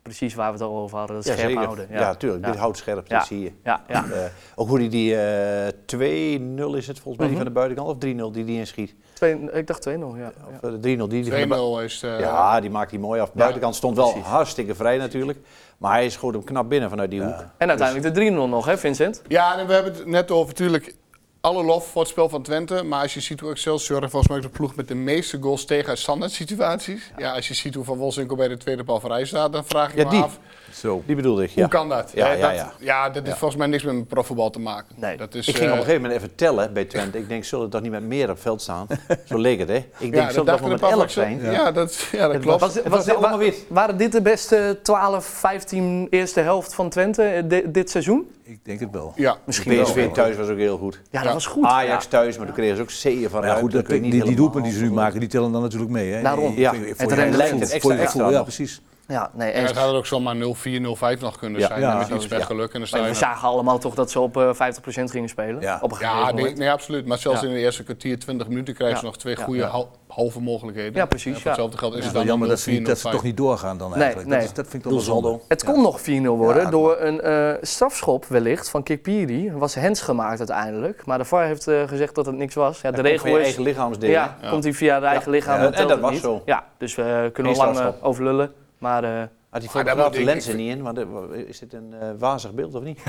[SPEAKER 1] precies waar we het al over hadden, dat scherp
[SPEAKER 2] zeker.
[SPEAKER 1] houden.
[SPEAKER 2] Ja, tuurlijk. Dit houdt scherp,
[SPEAKER 1] Ja.
[SPEAKER 2] dat zie je.
[SPEAKER 1] Ja, ja.
[SPEAKER 2] Eh, ook hoe die, die eh, 2-0 is het volgens mij, die van de buitenkant, of 3-0 die die inschiet.
[SPEAKER 1] Twee, ik dacht 2-0, ja.
[SPEAKER 2] Of eh, 3-0 die, die van de
[SPEAKER 4] 2-0
[SPEAKER 2] bu-
[SPEAKER 4] is eh,
[SPEAKER 2] Ja, die maakt hij mooi af. Buitenkant stond wel hartstikke vrij natuurlijk. Maar hij schoot hem knap binnen vanuit die hoek.
[SPEAKER 1] En uiteindelijk de 3-0 nog, hè Vincent?
[SPEAKER 4] Ja, en we hebben het net over natuurlijk alle lof voor het spel van Twente. Maar als je ziet hoe Excelsior volgens mij ook de ploeg met de meeste goals tegen uit standaard situaties. Ja. als je ziet hoe Van Wolfswinkel bij de tweede bal vrij staat, dan vraag ik
[SPEAKER 2] Ja,
[SPEAKER 4] me
[SPEAKER 2] die.
[SPEAKER 4] af.
[SPEAKER 3] zo.
[SPEAKER 2] Die bedoelde ik, ja.
[SPEAKER 4] Hoe kan dat?
[SPEAKER 2] Ja,
[SPEAKER 4] Hè,
[SPEAKER 2] ja,
[SPEAKER 4] dat,
[SPEAKER 2] ja.
[SPEAKER 4] dat heeft volgens mij niks met met profvoetbal te maken.
[SPEAKER 1] Nee.
[SPEAKER 4] Dat is,
[SPEAKER 2] Ik ging
[SPEAKER 4] eh,
[SPEAKER 2] op een gegeven moment even tellen bij Twente. Ik denk, zullen er toch niet met meer op veld staan? Zo leek het, hè? Ik denk,
[SPEAKER 4] ja,
[SPEAKER 2] zullen er toch
[SPEAKER 4] dachten
[SPEAKER 2] wel met
[SPEAKER 4] de paar
[SPEAKER 2] 11
[SPEAKER 4] van
[SPEAKER 2] zijn?
[SPEAKER 4] Excelsior- Ja, dat, ja, dat
[SPEAKER 2] Het
[SPEAKER 4] klopt.
[SPEAKER 2] was- het was allemaal wit.
[SPEAKER 1] Waren dit de beste 12, 15 eerste helft van Twente eh, di- dit seizoen?
[SPEAKER 3] Ik denk het wel.
[SPEAKER 4] Ja.
[SPEAKER 1] Misschien wel.
[SPEAKER 2] PSV thuis was ook heel goed.
[SPEAKER 1] Ja, dat
[SPEAKER 4] Ja.
[SPEAKER 1] was goed.
[SPEAKER 2] Ajax
[SPEAKER 1] Ja.
[SPEAKER 2] thuis, maar toen kregen ze ook zeeën van
[SPEAKER 3] Maar ja,
[SPEAKER 2] ruimte.
[SPEAKER 3] goed,
[SPEAKER 2] Dat
[SPEAKER 3] dat,
[SPEAKER 2] kun je
[SPEAKER 3] die,
[SPEAKER 2] niet
[SPEAKER 3] die
[SPEAKER 2] helemaal-
[SPEAKER 3] doelpunten die ze nu maken, die tellen dan natuurlijk mee. Hè?
[SPEAKER 1] Daarom.
[SPEAKER 3] Ik-
[SPEAKER 2] Ja.
[SPEAKER 3] ik- ik-
[SPEAKER 1] Het
[SPEAKER 3] je-
[SPEAKER 1] rendement.
[SPEAKER 3] voor je-
[SPEAKER 2] Extra,
[SPEAKER 3] voor je-
[SPEAKER 2] extra
[SPEAKER 3] voor- Ja,
[SPEAKER 2] nog.
[SPEAKER 3] precies.
[SPEAKER 1] Ja, nee,
[SPEAKER 4] Ja,
[SPEAKER 1] eens.
[SPEAKER 4] het had ook zomaar 0-4, 0-5 nog kunnen zijn.
[SPEAKER 3] ja,
[SPEAKER 4] met
[SPEAKER 3] zo
[SPEAKER 4] iets
[SPEAKER 3] is het,
[SPEAKER 4] met
[SPEAKER 3] ja.
[SPEAKER 4] geluk. En dan sta je
[SPEAKER 1] Maar we zagen allemaal toch dat ze op eh, 50% gingen spelen.
[SPEAKER 3] Ja.
[SPEAKER 1] Op een gegeven
[SPEAKER 4] Ja,
[SPEAKER 1] moment.
[SPEAKER 4] nee, nee, absoluut. Maar zelfs
[SPEAKER 1] Ja.
[SPEAKER 4] in de eerste kwartier, 20 minuten, krijgen ze
[SPEAKER 1] Ja.
[SPEAKER 4] nog twee
[SPEAKER 1] Ja.
[SPEAKER 4] goede
[SPEAKER 3] Ja.
[SPEAKER 4] hal- halve mogelijkheden.
[SPEAKER 1] Ja, precies,
[SPEAKER 4] En voor
[SPEAKER 1] ja.
[SPEAKER 4] hetzelfde geld is
[SPEAKER 3] Het
[SPEAKER 4] het
[SPEAKER 3] is wel
[SPEAKER 4] dan
[SPEAKER 3] jammer dat ze,
[SPEAKER 4] 0-4,
[SPEAKER 3] niet- dat ze
[SPEAKER 4] 0-5.
[SPEAKER 3] toch niet doorgaan dan eigenlijk.
[SPEAKER 1] nee.
[SPEAKER 3] Dat, is- dat vind ik toch wel
[SPEAKER 2] Doelsaldo.
[SPEAKER 3] zonde.
[SPEAKER 1] Het kon nog 4-0 worden
[SPEAKER 3] Ja,
[SPEAKER 1] door een eh, strafschop wellicht van Kikpiri. Er was hens gemaakt uiteindelijk. Maar de VAR heeft eh, gezegd dat het niks was. Ja, de
[SPEAKER 2] Dat komt
[SPEAKER 1] regel
[SPEAKER 2] van je
[SPEAKER 1] is...
[SPEAKER 2] eigen lichaamsdelen.
[SPEAKER 1] Ja, komt hij via het eigen lichaam.
[SPEAKER 2] Ja,
[SPEAKER 1] dan
[SPEAKER 2] en
[SPEAKER 1] telt
[SPEAKER 2] dat
[SPEAKER 1] het
[SPEAKER 2] was
[SPEAKER 1] niet.
[SPEAKER 2] zo.
[SPEAKER 1] Ja, dus we kunnen
[SPEAKER 2] Geen
[SPEAKER 1] lang eh,
[SPEAKER 2] strafschop.
[SPEAKER 1] over lullen. Maar,
[SPEAKER 2] *laughs*
[SPEAKER 1] eh,
[SPEAKER 2] Had die
[SPEAKER 4] Maar daar
[SPEAKER 2] fotograaf
[SPEAKER 4] moet
[SPEAKER 2] de lens
[SPEAKER 4] ik-
[SPEAKER 2] er niet
[SPEAKER 4] ik-
[SPEAKER 2] in? Want eh, is dit een eh, wazig beeld of niet?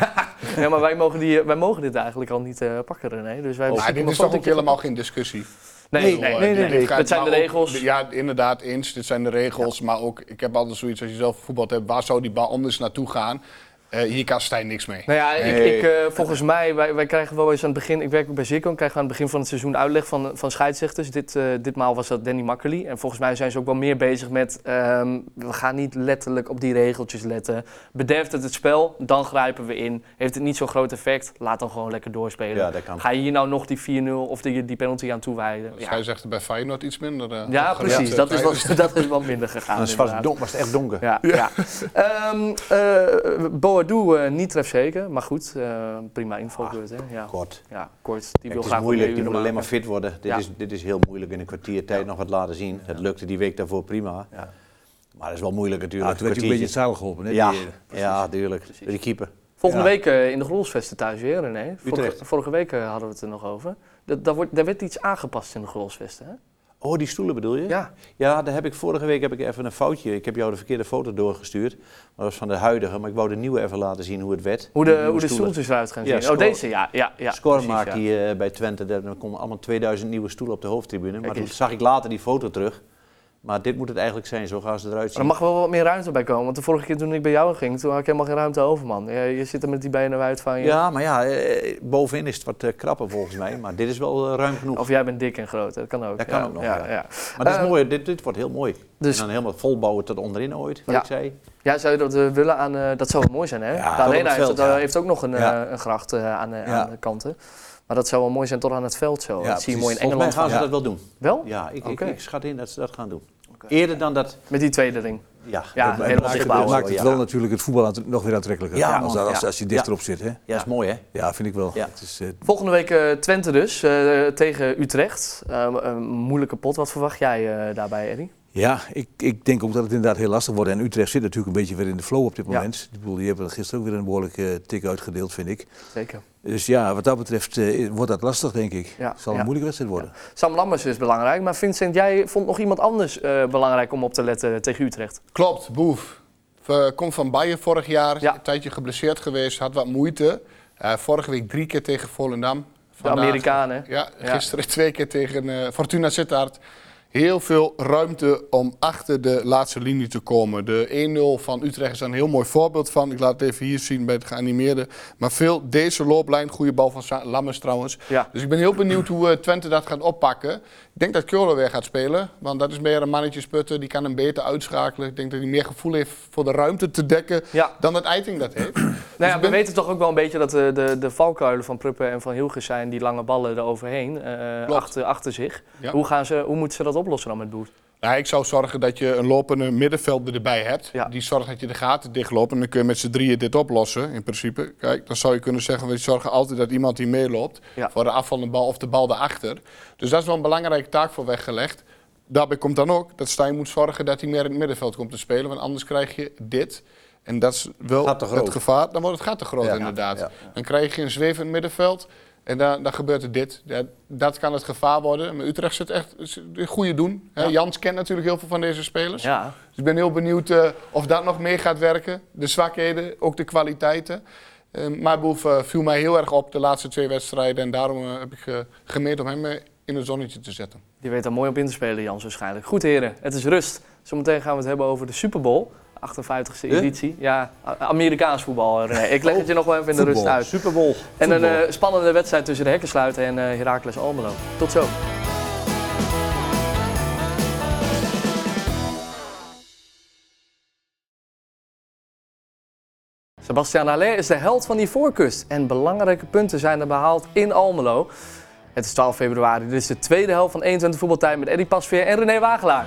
[SPEAKER 1] ja, maar wij, mogen die, wij mogen dit eigenlijk al niet eh, pakken, René. Dus wij
[SPEAKER 4] Maar
[SPEAKER 1] hebben
[SPEAKER 4] dit is toch ook helemaal geen discussie.
[SPEAKER 1] Nee,
[SPEAKER 4] bedoel,
[SPEAKER 1] nee,
[SPEAKER 4] eh,
[SPEAKER 1] nee.
[SPEAKER 4] dit-
[SPEAKER 2] nee,
[SPEAKER 4] dit
[SPEAKER 2] nee.
[SPEAKER 4] gaat-
[SPEAKER 1] Het zijn
[SPEAKER 4] maar
[SPEAKER 1] de
[SPEAKER 4] ook-
[SPEAKER 1] regels.
[SPEAKER 4] ja, inderdaad, ins. Dit zijn de regels. Maar ook, ik heb altijd zoiets als je zelf voetbal hebt. Waar zou die bal anders naartoe gaan? Eh, hier kan Stijn niks mee.
[SPEAKER 1] Nou ja, ik,
[SPEAKER 2] Nee.
[SPEAKER 1] ik, eh, volgens mij, wij, wij krijgen wel eens aan het begin, ik werk ook bij Zircon, krijgen we aan het begin van het seizoen uitleg van, van scheidsrechters. Dit, eh, ditmaal was dat Danny Makkerly. En volgens mij zijn ze ook wel meer bezig met, ehm, we gaan niet letterlijk op die regeltjes letten. Bederft het het spel, dan grijpen we in. Heeft het niet zo'n groot effect, laat dan gewoon lekker doorspelen.
[SPEAKER 2] Ja, dat kan.
[SPEAKER 1] Ga je hier nou nog die 4-0 of die, die penalty aan toewijden?
[SPEAKER 4] Dus
[SPEAKER 1] Ja,
[SPEAKER 4] hij zegt er bij Feyenoord iets minder. eh,
[SPEAKER 1] ja
[SPEAKER 4] opgelet.
[SPEAKER 1] precies. Dat is,
[SPEAKER 4] Tijdens-
[SPEAKER 1] wat, *laughs* dat is wat minder gegaan.
[SPEAKER 2] Anders was
[SPEAKER 1] inderdaad.
[SPEAKER 2] het, donker, was het echt donker.
[SPEAKER 1] Ja, ja. Ehm eh, Boadu eh, niet trefzeker, maar goed, eh, prima invalbeurt. hè. ja.
[SPEAKER 2] Ah, Kort.
[SPEAKER 1] ja, kort. Die
[SPEAKER 2] Kijk,
[SPEAKER 1] wil graag
[SPEAKER 2] het is
[SPEAKER 1] wat
[SPEAKER 2] moeilijk,
[SPEAKER 1] meer
[SPEAKER 2] die moet
[SPEAKER 1] uren
[SPEAKER 2] alleen maar
[SPEAKER 1] maken.
[SPEAKER 2] fit worden. Dit,
[SPEAKER 1] Ja.
[SPEAKER 2] is, dit is heel moeilijk in een kwartier tijd nog wat laten zien. Dat lukte die week daarvoor prima.
[SPEAKER 3] Ja.
[SPEAKER 2] Maar dat is wel moeilijk natuurlijk.
[SPEAKER 3] Ja, toen werd je een beetje
[SPEAKER 2] kwartiertje.
[SPEAKER 3] het zadel geholpen. Hè?
[SPEAKER 2] ja,
[SPEAKER 3] die, eh,
[SPEAKER 2] ja, tuurlijk. Door die keeper.
[SPEAKER 1] Volgende
[SPEAKER 3] Ja.
[SPEAKER 1] week eh, in de Grolsvesten thuis weer, René. Vorige,
[SPEAKER 2] Utrecht.
[SPEAKER 1] vorige week eh, hadden we het er nog over. Dat, daar, wordt, daar werd iets aangepast in de Grolsvesten, hè?
[SPEAKER 2] Oh, die stoelen bedoel je?
[SPEAKER 1] Ja.
[SPEAKER 2] Ja, daar heb ik, vorige week heb ik even een foutje. Ik heb jou de verkeerde foto doorgestuurd. Maar dat was van de huidige, maar ik wou de nieuwe even laten zien hoe het werd.
[SPEAKER 1] Hoe
[SPEAKER 2] Die
[SPEAKER 1] de,
[SPEAKER 2] nieuwe
[SPEAKER 1] hoe de
[SPEAKER 2] stoelen.
[SPEAKER 1] stoeltjes eruit gaan
[SPEAKER 2] Ja,
[SPEAKER 1] zien. oh,
[SPEAKER 2] score-
[SPEAKER 1] deze, ja. ja, ja
[SPEAKER 2] Score
[SPEAKER 1] precies,
[SPEAKER 2] maakt
[SPEAKER 1] ja.
[SPEAKER 2] hij eh, bij Twente. Dat- Er komen allemaal 2000 nieuwe stoelen op de hoofdtribune. Maar
[SPEAKER 1] Kijk
[SPEAKER 2] toen
[SPEAKER 1] eens.
[SPEAKER 2] zag ik later die foto terug. Maar dit moet het eigenlijk zijn, zo gaan ze eruit
[SPEAKER 1] Maar
[SPEAKER 2] zien.
[SPEAKER 1] er mag wel wat meer ruimte bij komen. Want de vorige keer toen ik bij jou ging, toen had ik helemaal geen ruimte over, man. Je, je zit er met die benen uit van je.
[SPEAKER 2] Ja, maar ja, eh, bovenin is het wat eh, krapper volgens mij. Maar dit is wel eh, ruim genoeg.
[SPEAKER 1] Of jij bent dik en groot, hè. dat kan ook.
[SPEAKER 2] Dat kan ook nog, ja.
[SPEAKER 1] ja.
[SPEAKER 2] maar dit, is
[SPEAKER 1] eh,
[SPEAKER 2] mooi, dit, dit wordt heel mooi.
[SPEAKER 1] dus-
[SPEAKER 2] en dan helemaal volbouwen tot onderin ooit, wat
[SPEAKER 1] Ja.
[SPEAKER 2] ik zei.
[SPEAKER 1] Ja, zou je dat eh, willen aan... eh, dat zou wel mooi zijn, hè?
[SPEAKER 2] Ja,
[SPEAKER 1] de
[SPEAKER 2] tot op
[SPEAKER 1] Arena
[SPEAKER 2] het
[SPEAKER 1] heeft,
[SPEAKER 2] veld,
[SPEAKER 1] dat-
[SPEAKER 2] ja.
[SPEAKER 1] heeft ook nog een,
[SPEAKER 3] Ja.
[SPEAKER 1] eh, een gracht eh, aan, de-
[SPEAKER 3] Ja.
[SPEAKER 1] aan de kanten. Maar dat zou wel mooi zijn tot aan het veld zo.
[SPEAKER 3] Ja,
[SPEAKER 1] dat zie je mooi in
[SPEAKER 2] Volgens mij
[SPEAKER 1] Engeland.
[SPEAKER 2] gaan ze
[SPEAKER 3] Ja.
[SPEAKER 2] dat wel doen.
[SPEAKER 1] Wel?
[SPEAKER 2] Ja, ik, ik-
[SPEAKER 1] Oké.
[SPEAKER 2] ik, schat in dat ze dat gaan doen. Eerder dan dat...
[SPEAKER 1] Met die tweede ring.
[SPEAKER 2] Ja,
[SPEAKER 1] Ja,
[SPEAKER 2] dat-
[SPEAKER 3] maar
[SPEAKER 1] helemaal
[SPEAKER 3] het maakt, het,
[SPEAKER 1] dichtbouwen,
[SPEAKER 3] maakt het
[SPEAKER 2] ja.
[SPEAKER 3] wel natuurlijk het voetbal aant- nog weer aantrekkelijker.
[SPEAKER 2] Ja,
[SPEAKER 3] als,
[SPEAKER 2] man,
[SPEAKER 3] als,
[SPEAKER 2] ja.
[SPEAKER 3] als je dichterop zit. Hè?
[SPEAKER 2] Ja, is mooi hè?
[SPEAKER 3] Ja, vind ik wel.
[SPEAKER 2] Ja.
[SPEAKER 3] Het is, eh,
[SPEAKER 1] Volgende week eh, Twente dus, eh, tegen Utrecht. Eh, een moeilijke pot. Wat verwacht jij eh, daarbij, Eddy?
[SPEAKER 3] Ja, ik, ik denk ook dat het inderdaad heel lastig wordt. En Utrecht zit natuurlijk een beetje weer in de flow op dit
[SPEAKER 1] Ja.
[SPEAKER 3] moment. Ik bedoel, die hebben gisteren ook weer een behoorlijke eh, tik uitgedeeld, vind ik.
[SPEAKER 1] Zeker.
[SPEAKER 3] Dus ja, wat dat betreft eh, wordt dat lastig, denk ik.
[SPEAKER 1] Ja,
[SPEAKER 3] Het zal
[SPEAKER 1] ja.
[SPEAKER 3] een moeilijke wedstrijd worden.
[SPEAKER 1] Sam Lammers is belangrijk. Maar Vincent, jij vond nog iemand anders eh, belangrijk om op te letten tegen Utrecht.
[SPEAKER 4] Klopt, Boef. Eh, Komt van Bayern vorig jaar.
[SPEAKER 1] Ja.
[SPEAKER 4] Een tijdje geblesseerd geweest, had wat moeite. Eh, vorige week drie keer tegen Volendam.
[SPEAKER 1] De
[SPEAKER 4] Vandaag-
[SPEAKER 1] Amerikanen.
[SPEAKER 4] Ja,
[SPEAKER 1] Ja.
[SPEAKER 4] gisteren twee keer tegen eh, Fortuna Sittard. Heel veel ruimte om achter de laatste linie te komen. De 1-0 van Utrecht is daar een heel mooi voorbeeld van. Ik laat het even hier zien bij het geanimeerde. Maar veel deze looplijn, goede bal van Sa- Lammers trouwens.
[SPEAKER 1] Ja.
[SPEAKER 4] Dus ik ben heel benieuwd hoe eh, Twente dat gaat oppakken. Ik denk dat Keulen weer gaat spelen. Want dat is meer een mannetjesputter. Die kan hem beter uitschakelen. Ik denk dat hij meer gevoel heeft voor de ruimte te dekken
[SPEAKER 1] Ja.
[SPEAKER 4] dan dat Eiting dat heeft.
[SPEAKER 1] Nou
[SPEAKER 4] Dus
[SPEAKER 1] ja,
[SPEAKER 4] ik
[SPEAKER 1] we
[SPEAKER 4] ben-
[SPEAKER 1] weten toch ook wel een beetje dat de, de, de valkuilen van Pruppen en van Hilgers zijn die lange ballen eroverheen, eh
[SPEAKER 4] Klopt.
[SPEAKER 1] achter, achter zich.
[SPEAKER 4] Ja.
[SPEAKER 1] Hoe, gaan ze, hoe moeten ze dat oplossen dan met Boer?
[SPEAKER 4] Nou, ik zou zorgen dat je een lopende middenvelder erbij hebt.
[SPEAKER 1] Ja.
[SPEAKER 4] Die zorgt dat je de gaten dichtloopt. En dan kun je met z'n drieën dit oplossen, in principe. Kijk, dan zou je kunnen zeggen, we zorgen altijd dat iemand die meeloopt.
[SPEAKER 1] Ja.
[SPEAKER 4] Voor de afvallende bal of de bal daarachter. Dus dat is wel een belangrijke taak voor weggelegd. Daarbij komt dan ook dat Stijn moet zorgen dat hij meer in het middenveld komt te spelen. Want anders krijg je dit. En dat is wel
[SPEAKER 2] Gaat te groot.
[SPEAKER 4] het gevaar. Dan wordt het gaat te groot,
[SPEAKER 2] Ja.
[SPEAKER 4] inderdaad.
[SPEAKER 2] Ja.
[SPEAKER 4] Dan krijg je een zwevend middenveld. En dan, dan gebeurt er dit. Ja, dat kan het gevaar worden. Maar Utrecht zit echt is een goede doen. hè. Jans kent natuurlijk heel veel van deze spelers.
[SPEAKER 1] Ja,
[SPEAKER 4] Dus ik ben heel benieuwd eh, of dat nog meer gaat werken. De zwakheden, ook de kwaliteiten. Eh, maar Boef eh, viel mij heel erg op de laatste twee wedstrijden. En daarom eh, heb ik eh, gemeend om hem eh, in het zonnetje te zetten.
[SPEAKER 1] die weet daar mooi op in te spelen, Jans waarschijnlijk. Goed heren, het is rust. Zometeen gaan we het hebben over de Super Bowl, 58e
[SPEAKER 2] De?
[SPEAKER 1] editie. Ja, A- Amerikaans voetbal, eh, René. Ik
[SPEAKER 4] Oh.
[SPEAKER 1] leg het je nog wel even in de
[SPEAKER 3] voetbal.
[SPEAKER 1] rust uit.
[SPEAKER 2] Super Bowl.
[SPEAKER 1] En een
[SPEAKER 2] Voetbal.
[SPEAKER 1] eh, spannende wedstrijd tussen de hekken sluiten en eh Heracles Almelo. Tot zo. Sebastian Haller is de held van die voorkust en belangrijke punten zijn er behaald in Almelo. Het is 12 februari, dit is de tweede helft van 21 voetbaltijd met Eddie Pasveer en René Wagelaar.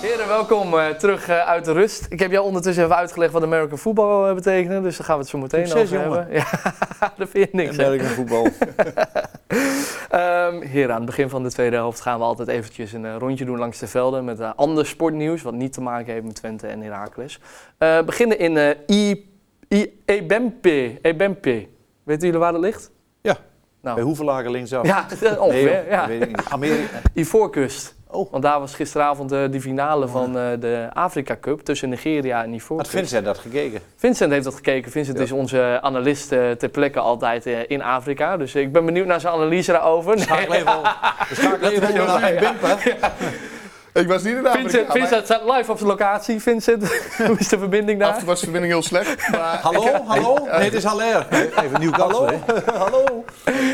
[SPEAKER 1] Heren, welkom eh, terug eh, uit de rust. Ik heb jou ondertussen even uitgelegd wat American voetbal eh betekent, dus daar gaan we het zo meteen
[SPEAKER 2] Succes,
[SPEAKER 1] over
[SPEAKER 2] jongen.
[SPEAKER 1] hebben. *laughs* Ja, dat vind je niks. hè?
[SPEAKER 2] American voetbal.
[SPEAKER 1] Ehm hier aan het begin van de tweede helft gaan we altijd eventjes een eh, rondje doen langs de velden met eh, ander sportnieuws wat niet te maken heeft met Twente en Heracles. Eh, we beginnen in eh I, I, Ebempe. Ebempe. Weten jullie waar dat ligt?
[SPEAKER 2] Ja.
[SPEAKER 1] Nou.
[SPEAKER 2] Bij Hoevelaken linksaf. *laughs*
[SPEAKER 1] Ja, ongeveer.
[SPEAKER 2] Oh. joh,
[SPEAKER 1] ja.
[SPEAKER 2] Weet ik niet. Amerika.
[SPEAKER 1] Ivoorkust.
[SPEAKER 2] Oh.
[SPEAKER 1] Want daar was gisteravond eh, die finale van eh, de Afrika Cup tussen Nigeria en Ivoorkust.
[SPEAKER 2] Had Vincent dat gekeken?
[SPEAKER 1] Vincent heeft dat gekeken. Vincent is onze analist eh, ter plekke altijd eh, in Afrika. Dus ik ben benieuwd naar zijn analyse daarover. Nee.
[SPEAKER 2] Schakel even op. Schakel even op naar Wimpen.
[SPEAKER 4] Ik was niet in Afrika.
[SPEAKER 1] Vincent,
[SPEAKER 4] maar-
[SPEAKER 1] Vincent staat live op zijn locatie. Vincent, *laughs* hoe is de verbinding
[SPEAKER 4] Af en
[SPEAKER 1] daar?
[SPEAKER 4] toe was de verbinding heel slecht.
[SPEAKER 1] *laughs*
[SPEAKER 4] Maar
[SPEAKER 2] Hallo, hallo? Nee, het is Haller.
[SPEAKER 3] Even nieuw kapsel, hè?
[SPEAKER 2] *laughs* Hallo?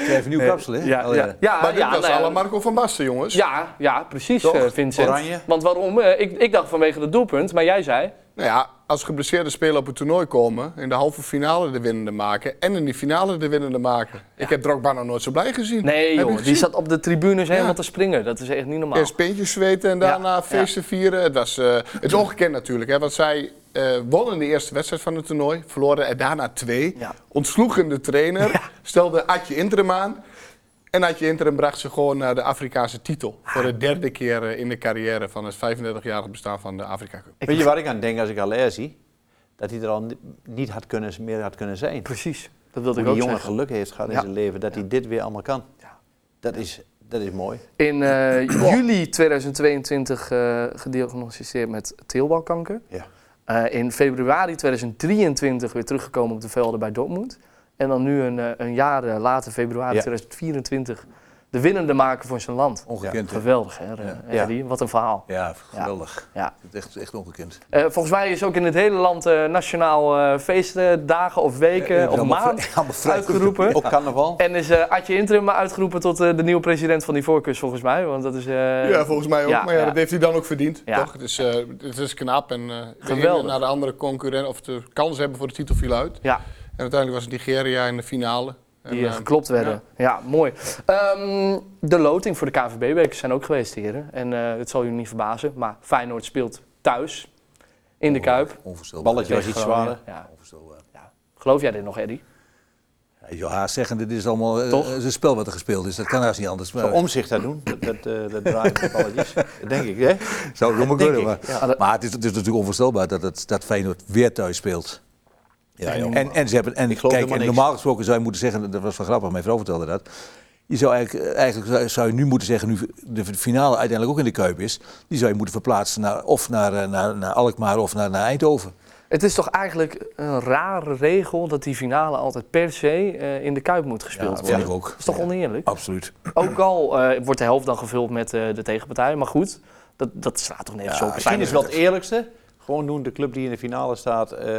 [SPEAKER 3] Even nieuw kapsel, hè?
[SPEAKER 1] Ja,
[SPEAKER 3] Oh,
[SPEAKER 1] ja, ja,
[SPEAKER 4] Maar dit
[SPEAKER 1] ja,
[SPEAKER 4] was
[SPEAKER 1] nou ja.
[SPEAKER 4] alle Marco van Basten, jongens.
[SPEAKER 1] Ja, ja, precies,
[SPEAKER 2] Toch?
[SPEAKER 1] eh, Vincent.
[SPEAKER 2] Oranje.
[SPEAKER 1] Want waarom? Eh, ik, ik dacht vanwege het doelpunt, maar jij zei.
[SPEAKER 4] Nou ja, als geblesseerde spelers op het toernooi komen... in de halve finale de winnende maken... en in die finale de winnende maken. Ik heb Drogba nog nooit zo blij gezien.
[SPEAKER 1] Nee,
[SPEAKER 4] Heb je
[SPEAKER 1] joh, die
[SPEAKER 4] gezien?
[SPEAKER 1] zat op de tribunes helemaal
[SPEAKER 4] Ja.
[SPEAKER 1] te springen. Dat is echt niet normaal.
[SPEAKER 4] Eerst pintjes zweten en daarna
[SPEAKER 1] Ja,
[SPEAKER 4] feesten vieren. Het, was, eh, het is ongekend natuurlijk, hè, want zij eh, wonnen de eerste wedstrijd van het toernooi. Verloren er daarna twee.
[SPEAKER 1] Ja.
[SPEAKER 4] Ontsloegen de trainer. Stelde Adje Interim aan. En Adje Interim bracht ze gewoon naar de Afrikaanse titel.
[SPEAKER 1] Ah.
[SPEAKER 4] Voor de derde keer eh, in de carrière van het 35-jarig bestaan van de Afrika Cup.
[SPEAKER 2] Weet je waar ik aan denk als ik Haller zie? Dat hij er al ni- niet had kunnen, meer had kunnen zijn.
[SPEAKER 1] Precies, dat wilde
[SPEAKER 2] Hoe
[SPEAKER 1] ik
[SPEAKER 2] die
[SPEAKER 1] ook
[SPEAKER 2] jongen
[SPEAKER 1] zeggen.
[SPEAKER 2] geluk heeft gehad in
[SPEAKER 1] Ja.
[SPEAKER 2] zijn leven, dat hij dit weer allemaal kan. Dat is, dat is mooi.
[SPEAKER 1] In eh, *clears throat* juli 2022 eh, gediagnosticeerd met teelbalkanker.
[SPEAKER 2] Ja.
[SPEAKER 1] Eh, in februari 2023 weer teruggekomen op de velden bij Dortmund. En dan nu een, eh, een jaar eh, later, februari
[SPEAKER 2] Ja.
[SPEAKER 1] 2024, de winnende maken voor zijn land.
[SPEAKER 3] Ongekend, hè?
[SPEAKER 1] Geweldig, hè, eh,
[SPEAKER 3] Ja.
[SPEAKER 1] Harry? Wat een verhaal.
[SPEAKER 3] Ja, geweldig.
[SPEAKER 1] Ja.
[SPEAKER 3] Het is Echt, echt ongekend.
[SPEAKER 1] Eh, volgens mij is ook in het hele land eh, nationaal eh, feestdagen of weken
[SPEAKER 3] Ja, Eh, het
[SPEAKER 1] of
[SPEAKER 3] is allemaal
[SPEAKER 1] maand
[SPEAKER 3] vrij- *laughs* allemaal vrij
[SPEAKER 1] uitgeroepen.
[SPEAKER 2] Ook carnaval.
[SPEAKER 1] En is eh Adje Interim maar uitgeroepen tot eh, de nieuwe president van die voorkeurs, volgens mij. Want dat is... eh,
[SPEAKER 4] ja, volgens mij ook.
[SPEAKER 1] ja,
[SPEAKER 4] maar ja,
[SPEAKER 1] ja.
[SPEAKER 4] dat heeft hij dan ook verdiend.
[SPEAKER 1] Ja.
[SPEAKER 4] Toch? Het, is, eh, het is knap. En eh de ene
[SPEAKER 1] Geweldig.
[SPEAKER 4] naar de andere concurrent, of de kans hebben voor de titel viel uit.
[SPEAKER 1] ja.
[SPEAKER 4] En uiteindelijk was het Nigeria in de finale. En,
[SPEAKER 1] die eh,
[SPEAKER 4] eh,
[SPEAKER 1] geklopt werden. Ja, mooi. Ehm, de loting voor de KVB-bekers zijn ook geweest, heren. En eh, het zal jullie niet verbazen, maar Feyenoord speelt thuis in de Kuip.
[SPEAKER 3] Onvoorstelbaar.
[SPEAKER 2] Balletje was iets
[SPEAKER 1] Groningen.
[SPEAKER 2] zwaarder.
[SPEAKER 1] Ja.
[SPEAKER 3] Onvoorstelbaar.
[SPEAKER 1] Geloof jij dit nog, Eddy?
[SPEAKER 3] Je zou haast zeggen, dit is allemaal eh,
[SPEAKER 1] Toch?
[SPEAKER 3] het is een spel wat er gespeeld is. Dat kan haast niet anders. Maar,
[SPEAKER 2] Zou omzicht dat doen, dat, dat, eh, dat draaien van balletjes. Dat denk ik, hè?
[SPEAKER 3] zou het ook maar
[SPEAKER 2] denk
[SPEAKER 3] kunnen.
[SPEAKER 2] ik,
[SPEAKER 3] Maar,
[SPEAKER 2] ja.
[SPEAKER 1] dat-
[SPEAKER 3] maar het, is, het is natuurlijk onvoorstelbaar dat, het, dat Feyenoord weer thuis speelt. Ja, joh. en, en ze hebben, en,
[SPEAKER 2] geloof
[SPEAKER 3] kijk,
[SPEAKER 2] helemaal
[SPEAKER 3] en
[SPEAKER 2] niks.
[SPEAKER 3] normaal gesproken zou je moeten zeggen, dat was wel grappig, mijn vrouw vertelde dat. Je zou eigenlijk, eh, eigenlijk zou- zou je nu moeten zeggen, nu de finale uiteindelijk ook in de Kuip is, die zou je moeten verplaatsen naar, of naar, eh, naar, naar Alkmaar of naar, naar Eindhoven.
[SPEAKER 1] Het is toch eigenlijk een rare regel dat die finale altijd per se eh, in de Kuip moet gespeeld
[SPEAKER 3] dat
[SPEAKER 1] worden?
[SPEAKER 3] vind ik ook.
[SPEAKER 1] Dat is toch oneerlijk?
[SPEAKER 3] Absoluut.
[SPEAKER 1] Ook al eh, wordt de helft dan gevuld met eh, de tegenpartij, maar goed, dat, dat slaat toch nergens op.
[SPEAKER 2] Misschien is wel het eerlijkste. Gewoon doen de club die in de finale staat. eh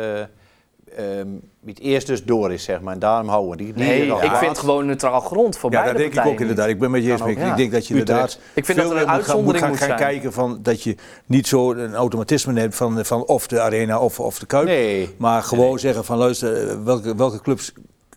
[SPEAKER 2] ehm, wie het eerst dus door is, zeg maar. En daarom houden. Die, die
[SPEAKER 1] Nee,
[SPEAKER 2] eraf
[SPEAKER 1] ik
[SPEAKER 2] gaat.
[SPEAKER 1] vind gewoon neutraal grond voor
[SPEAKER 3] Ja,
[SPEAKER 1] beide
[SPEAKER 3] dat denk ik
[SPEAKER 1] partijen
[SPEAKER 3] ook inderdaad. Ik ben met je eens.
[SPEAKER 1] Kan
[SPEAKER 3] Mick.
[SPEAKER 1] ook, ja.
[SPEAKER 3] Ik denk dat je
[SPEAKER 2] Utrecht.
[SPEAKER 3] inderdaad
[SPEAKER 1] Ik vind dat er
[SPEAKER 3] veel
[SPEAKER 1] een
[SPEAKER 3] meer moet gaan, moet
[SPEAKER 1] uitzondering
[SPEAKER 3] gaan,
[SPEAKER 1] moet
[SPEAKER 3] gaan
[SPEAKER 1] zijn.
[SPEAKER 3] kijken van, dat je niet zo een automatisme hebt van, van of de arena of, of de Kuip.
[SPEAKER 2] Nee.
[SPEAKER 3] Maar gewoon zeggen van luister, eh, welke, welke clubs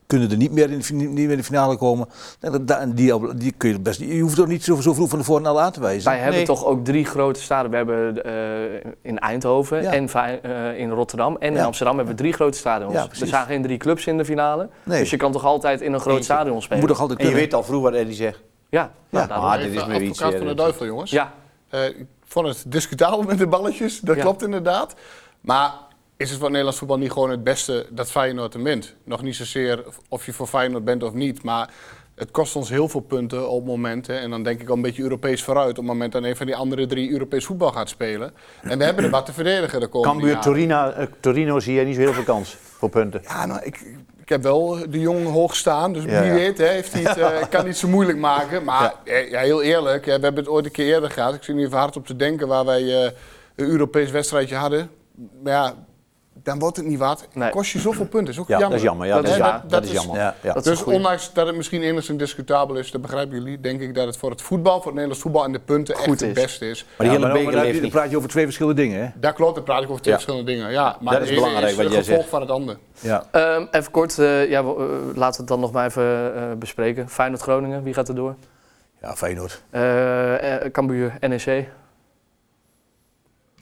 [SPEAKER 3] kunnen er niet meer in, de fin- niet meer in de finale komen. En dat- da- en die, al- die kun je best, je hoeft toch niet zo, zo vroeg van tevoren al aan te wijzen.
[SPEAKER 1] Wij hebben
[SPEAKER 2] Nee.
[SPEAKER 1] toch ook drie grote staden. We hebben eh, in Eindhoven
[SPEAKER 3] Ja.
[SPEAKER 1] en Fey- eh, in Rotterdam en in
[SPEAKER 3] Ja.
[SPEAKER 1] Amsterdam hebben we drie grote stadions.
[SPEAKER 3] Ja,
[SPEAKER 1] we
[SPEAKER 3] precies.
[SPEAKER 1] zagen geen drie clubs in de finale.
[SPEAKER 3] Nee.
[SPEAKER 1] Dus je kan toch altijd in een groot
[SPEAKER 2] Eentje.
[SPEAKER 1] stadion
[SPEAKER 3] Je
[SPEAKER 1] spelen?
[SPEAKER 3] moet toch altijd
[SPEAKER 2] En je
[SPEAKER 3] kunnen.
[SPEAKER 2] weet al vroeg wat Eddie zegt.
[SPEAKER 1] Ja, nou,
[SPEAKER 3] Ja.
[SPEAKER 1] daarom.
[SPEAKER 2] Ah,
[SPEAKER 4] Even
[SPEAKER 2] dit is weer iets,
[SPEAKER 4] advocaat
[SPEAKER 2] ja,
[SPEAKER 4] van de
[SPEAKER 2] dit-
[SPEAKER 4] duivel, jongens.
[SPEAKER 1] ja.
[SPEAKER 4] Eh, ik vond het discutabel met de balletjes, dat
[SPEAKER 1] Ja.
[SPEAKER 4] klopt inderdaad. Maar is het voor Nederlands voetbal niet gewoon het beste dat Feyenoord hem wint? Nog niet zozeer of- of je voor Feyenoord bent of niet, maar het kost ons heel veel punten op momenten. En dan denk ik al een beetje Europees vooruit op het moment dat een van die andere drie Europees voetbal gaat spelen. En we hebben er wat te verdedigen de komende
[SPEAKER 2] Cambuur,
[SPEAKER 4] jaren.
[SPEAKER 2] Torino, eh, Torino zie je niet zo heel veel kans voor punten.
[SPEAKER 4] Ja, nou, ik, ik heb wel de jong hoog staan, dus
[SPEAKER 2] Ja,
[SPEAKER 4] wie
[SPEAKER 2] ja.
[SPEAKER 4] weet, hè, heeft hij het,
[SPEAKER 2] *laughs*
[SPEAKER 4] eh, kan niet zo moeilijk maken. Maar eh, ja, heel eerlijk, hè, we hebben het ooit een keer eerder gehad. Ik zit nu even hard op te denken waar wij eh, een Europees wedstrijdje hadden. Maar ja, dan wordt het niet wat.
[SPEAKER 1] Nee.
[SPEAKER 4] Kost je zoveel punten, is ook
[SPEAKER 2] Ja,
[SPEAKER 4] jammer.
[SPEAKER 2] dat is jammer. Ja,
[SPEAKER 1] Dat
[SPEAKER 2] dat,
[SPEAKER 1] is
[SPEAKER 2] is,
[SPEAKER 1] waar.
[SPEAKER 2] dat,
[SPEAKER 4] Dat
[SPEAKER 2] is
[SPEAKER 4] is-
[SPEAKER 2] jammer.
[SPEAKER 3] Ja, ja.
[SPEAKER 1] Dat- is
[SPEAKER 4] dus
[SPEAKER 1] een goeie.
[SPEAKER 4] ondanks dat het misschien enigszins discutabel is, dat begrijpen jullie, denk ik dat het voor het voetbal, voor het Nederlands voetbal en de punten
[SPEAKER 1] Goed
[SPEAKER 4] echt het
[SPEAKER 1] is.
[SPEAKER 4] beste is.
[SPEAKER 2] Maar die
[SPEAKER 3] Ja,
[SPEAKER 2] hele
[SPEAKER 3] maar dan-
[SPEAKER 2] beker
[SPEAKER 3] dan-
[SPEAKER 2] leeft
[SPEAKER 3] dan
[SPEAKER 2] niet.
[SPEAKER 3] praat je over twee verschillende dingen. Hè?
[SPEAKER 4] Daar klopt, dan praat ik over twee
[SPEAKER 2] Ja.
[SPEAKER 4] verschillende dingen. Ja,
[SPEAKER 2] Dat
[SPEAKER 4] maar de
[SPEAKER 2] is
[SPEAKER 4] ene
[SPEAKER 2] belangrijk
[SPEAKER 4] het
[SPEAKER 2] wat jij
[SPEAKER 4] gevolg
[SPEAKER 2] zegt.
[SPEAKER 4] van het ander.
[SPEAKER 3] Ja.
[SPEAKER 1] Ehm, even kort, eh, ja, we- eh, laten we het dan nog maar even eh, bespreken. Feyenoord-Groningen, wie gaat er door?
[SPEAKER 3] ja, Feyenoord.
[SPEAKER 1] Eh, eh, Cambuur, NEC.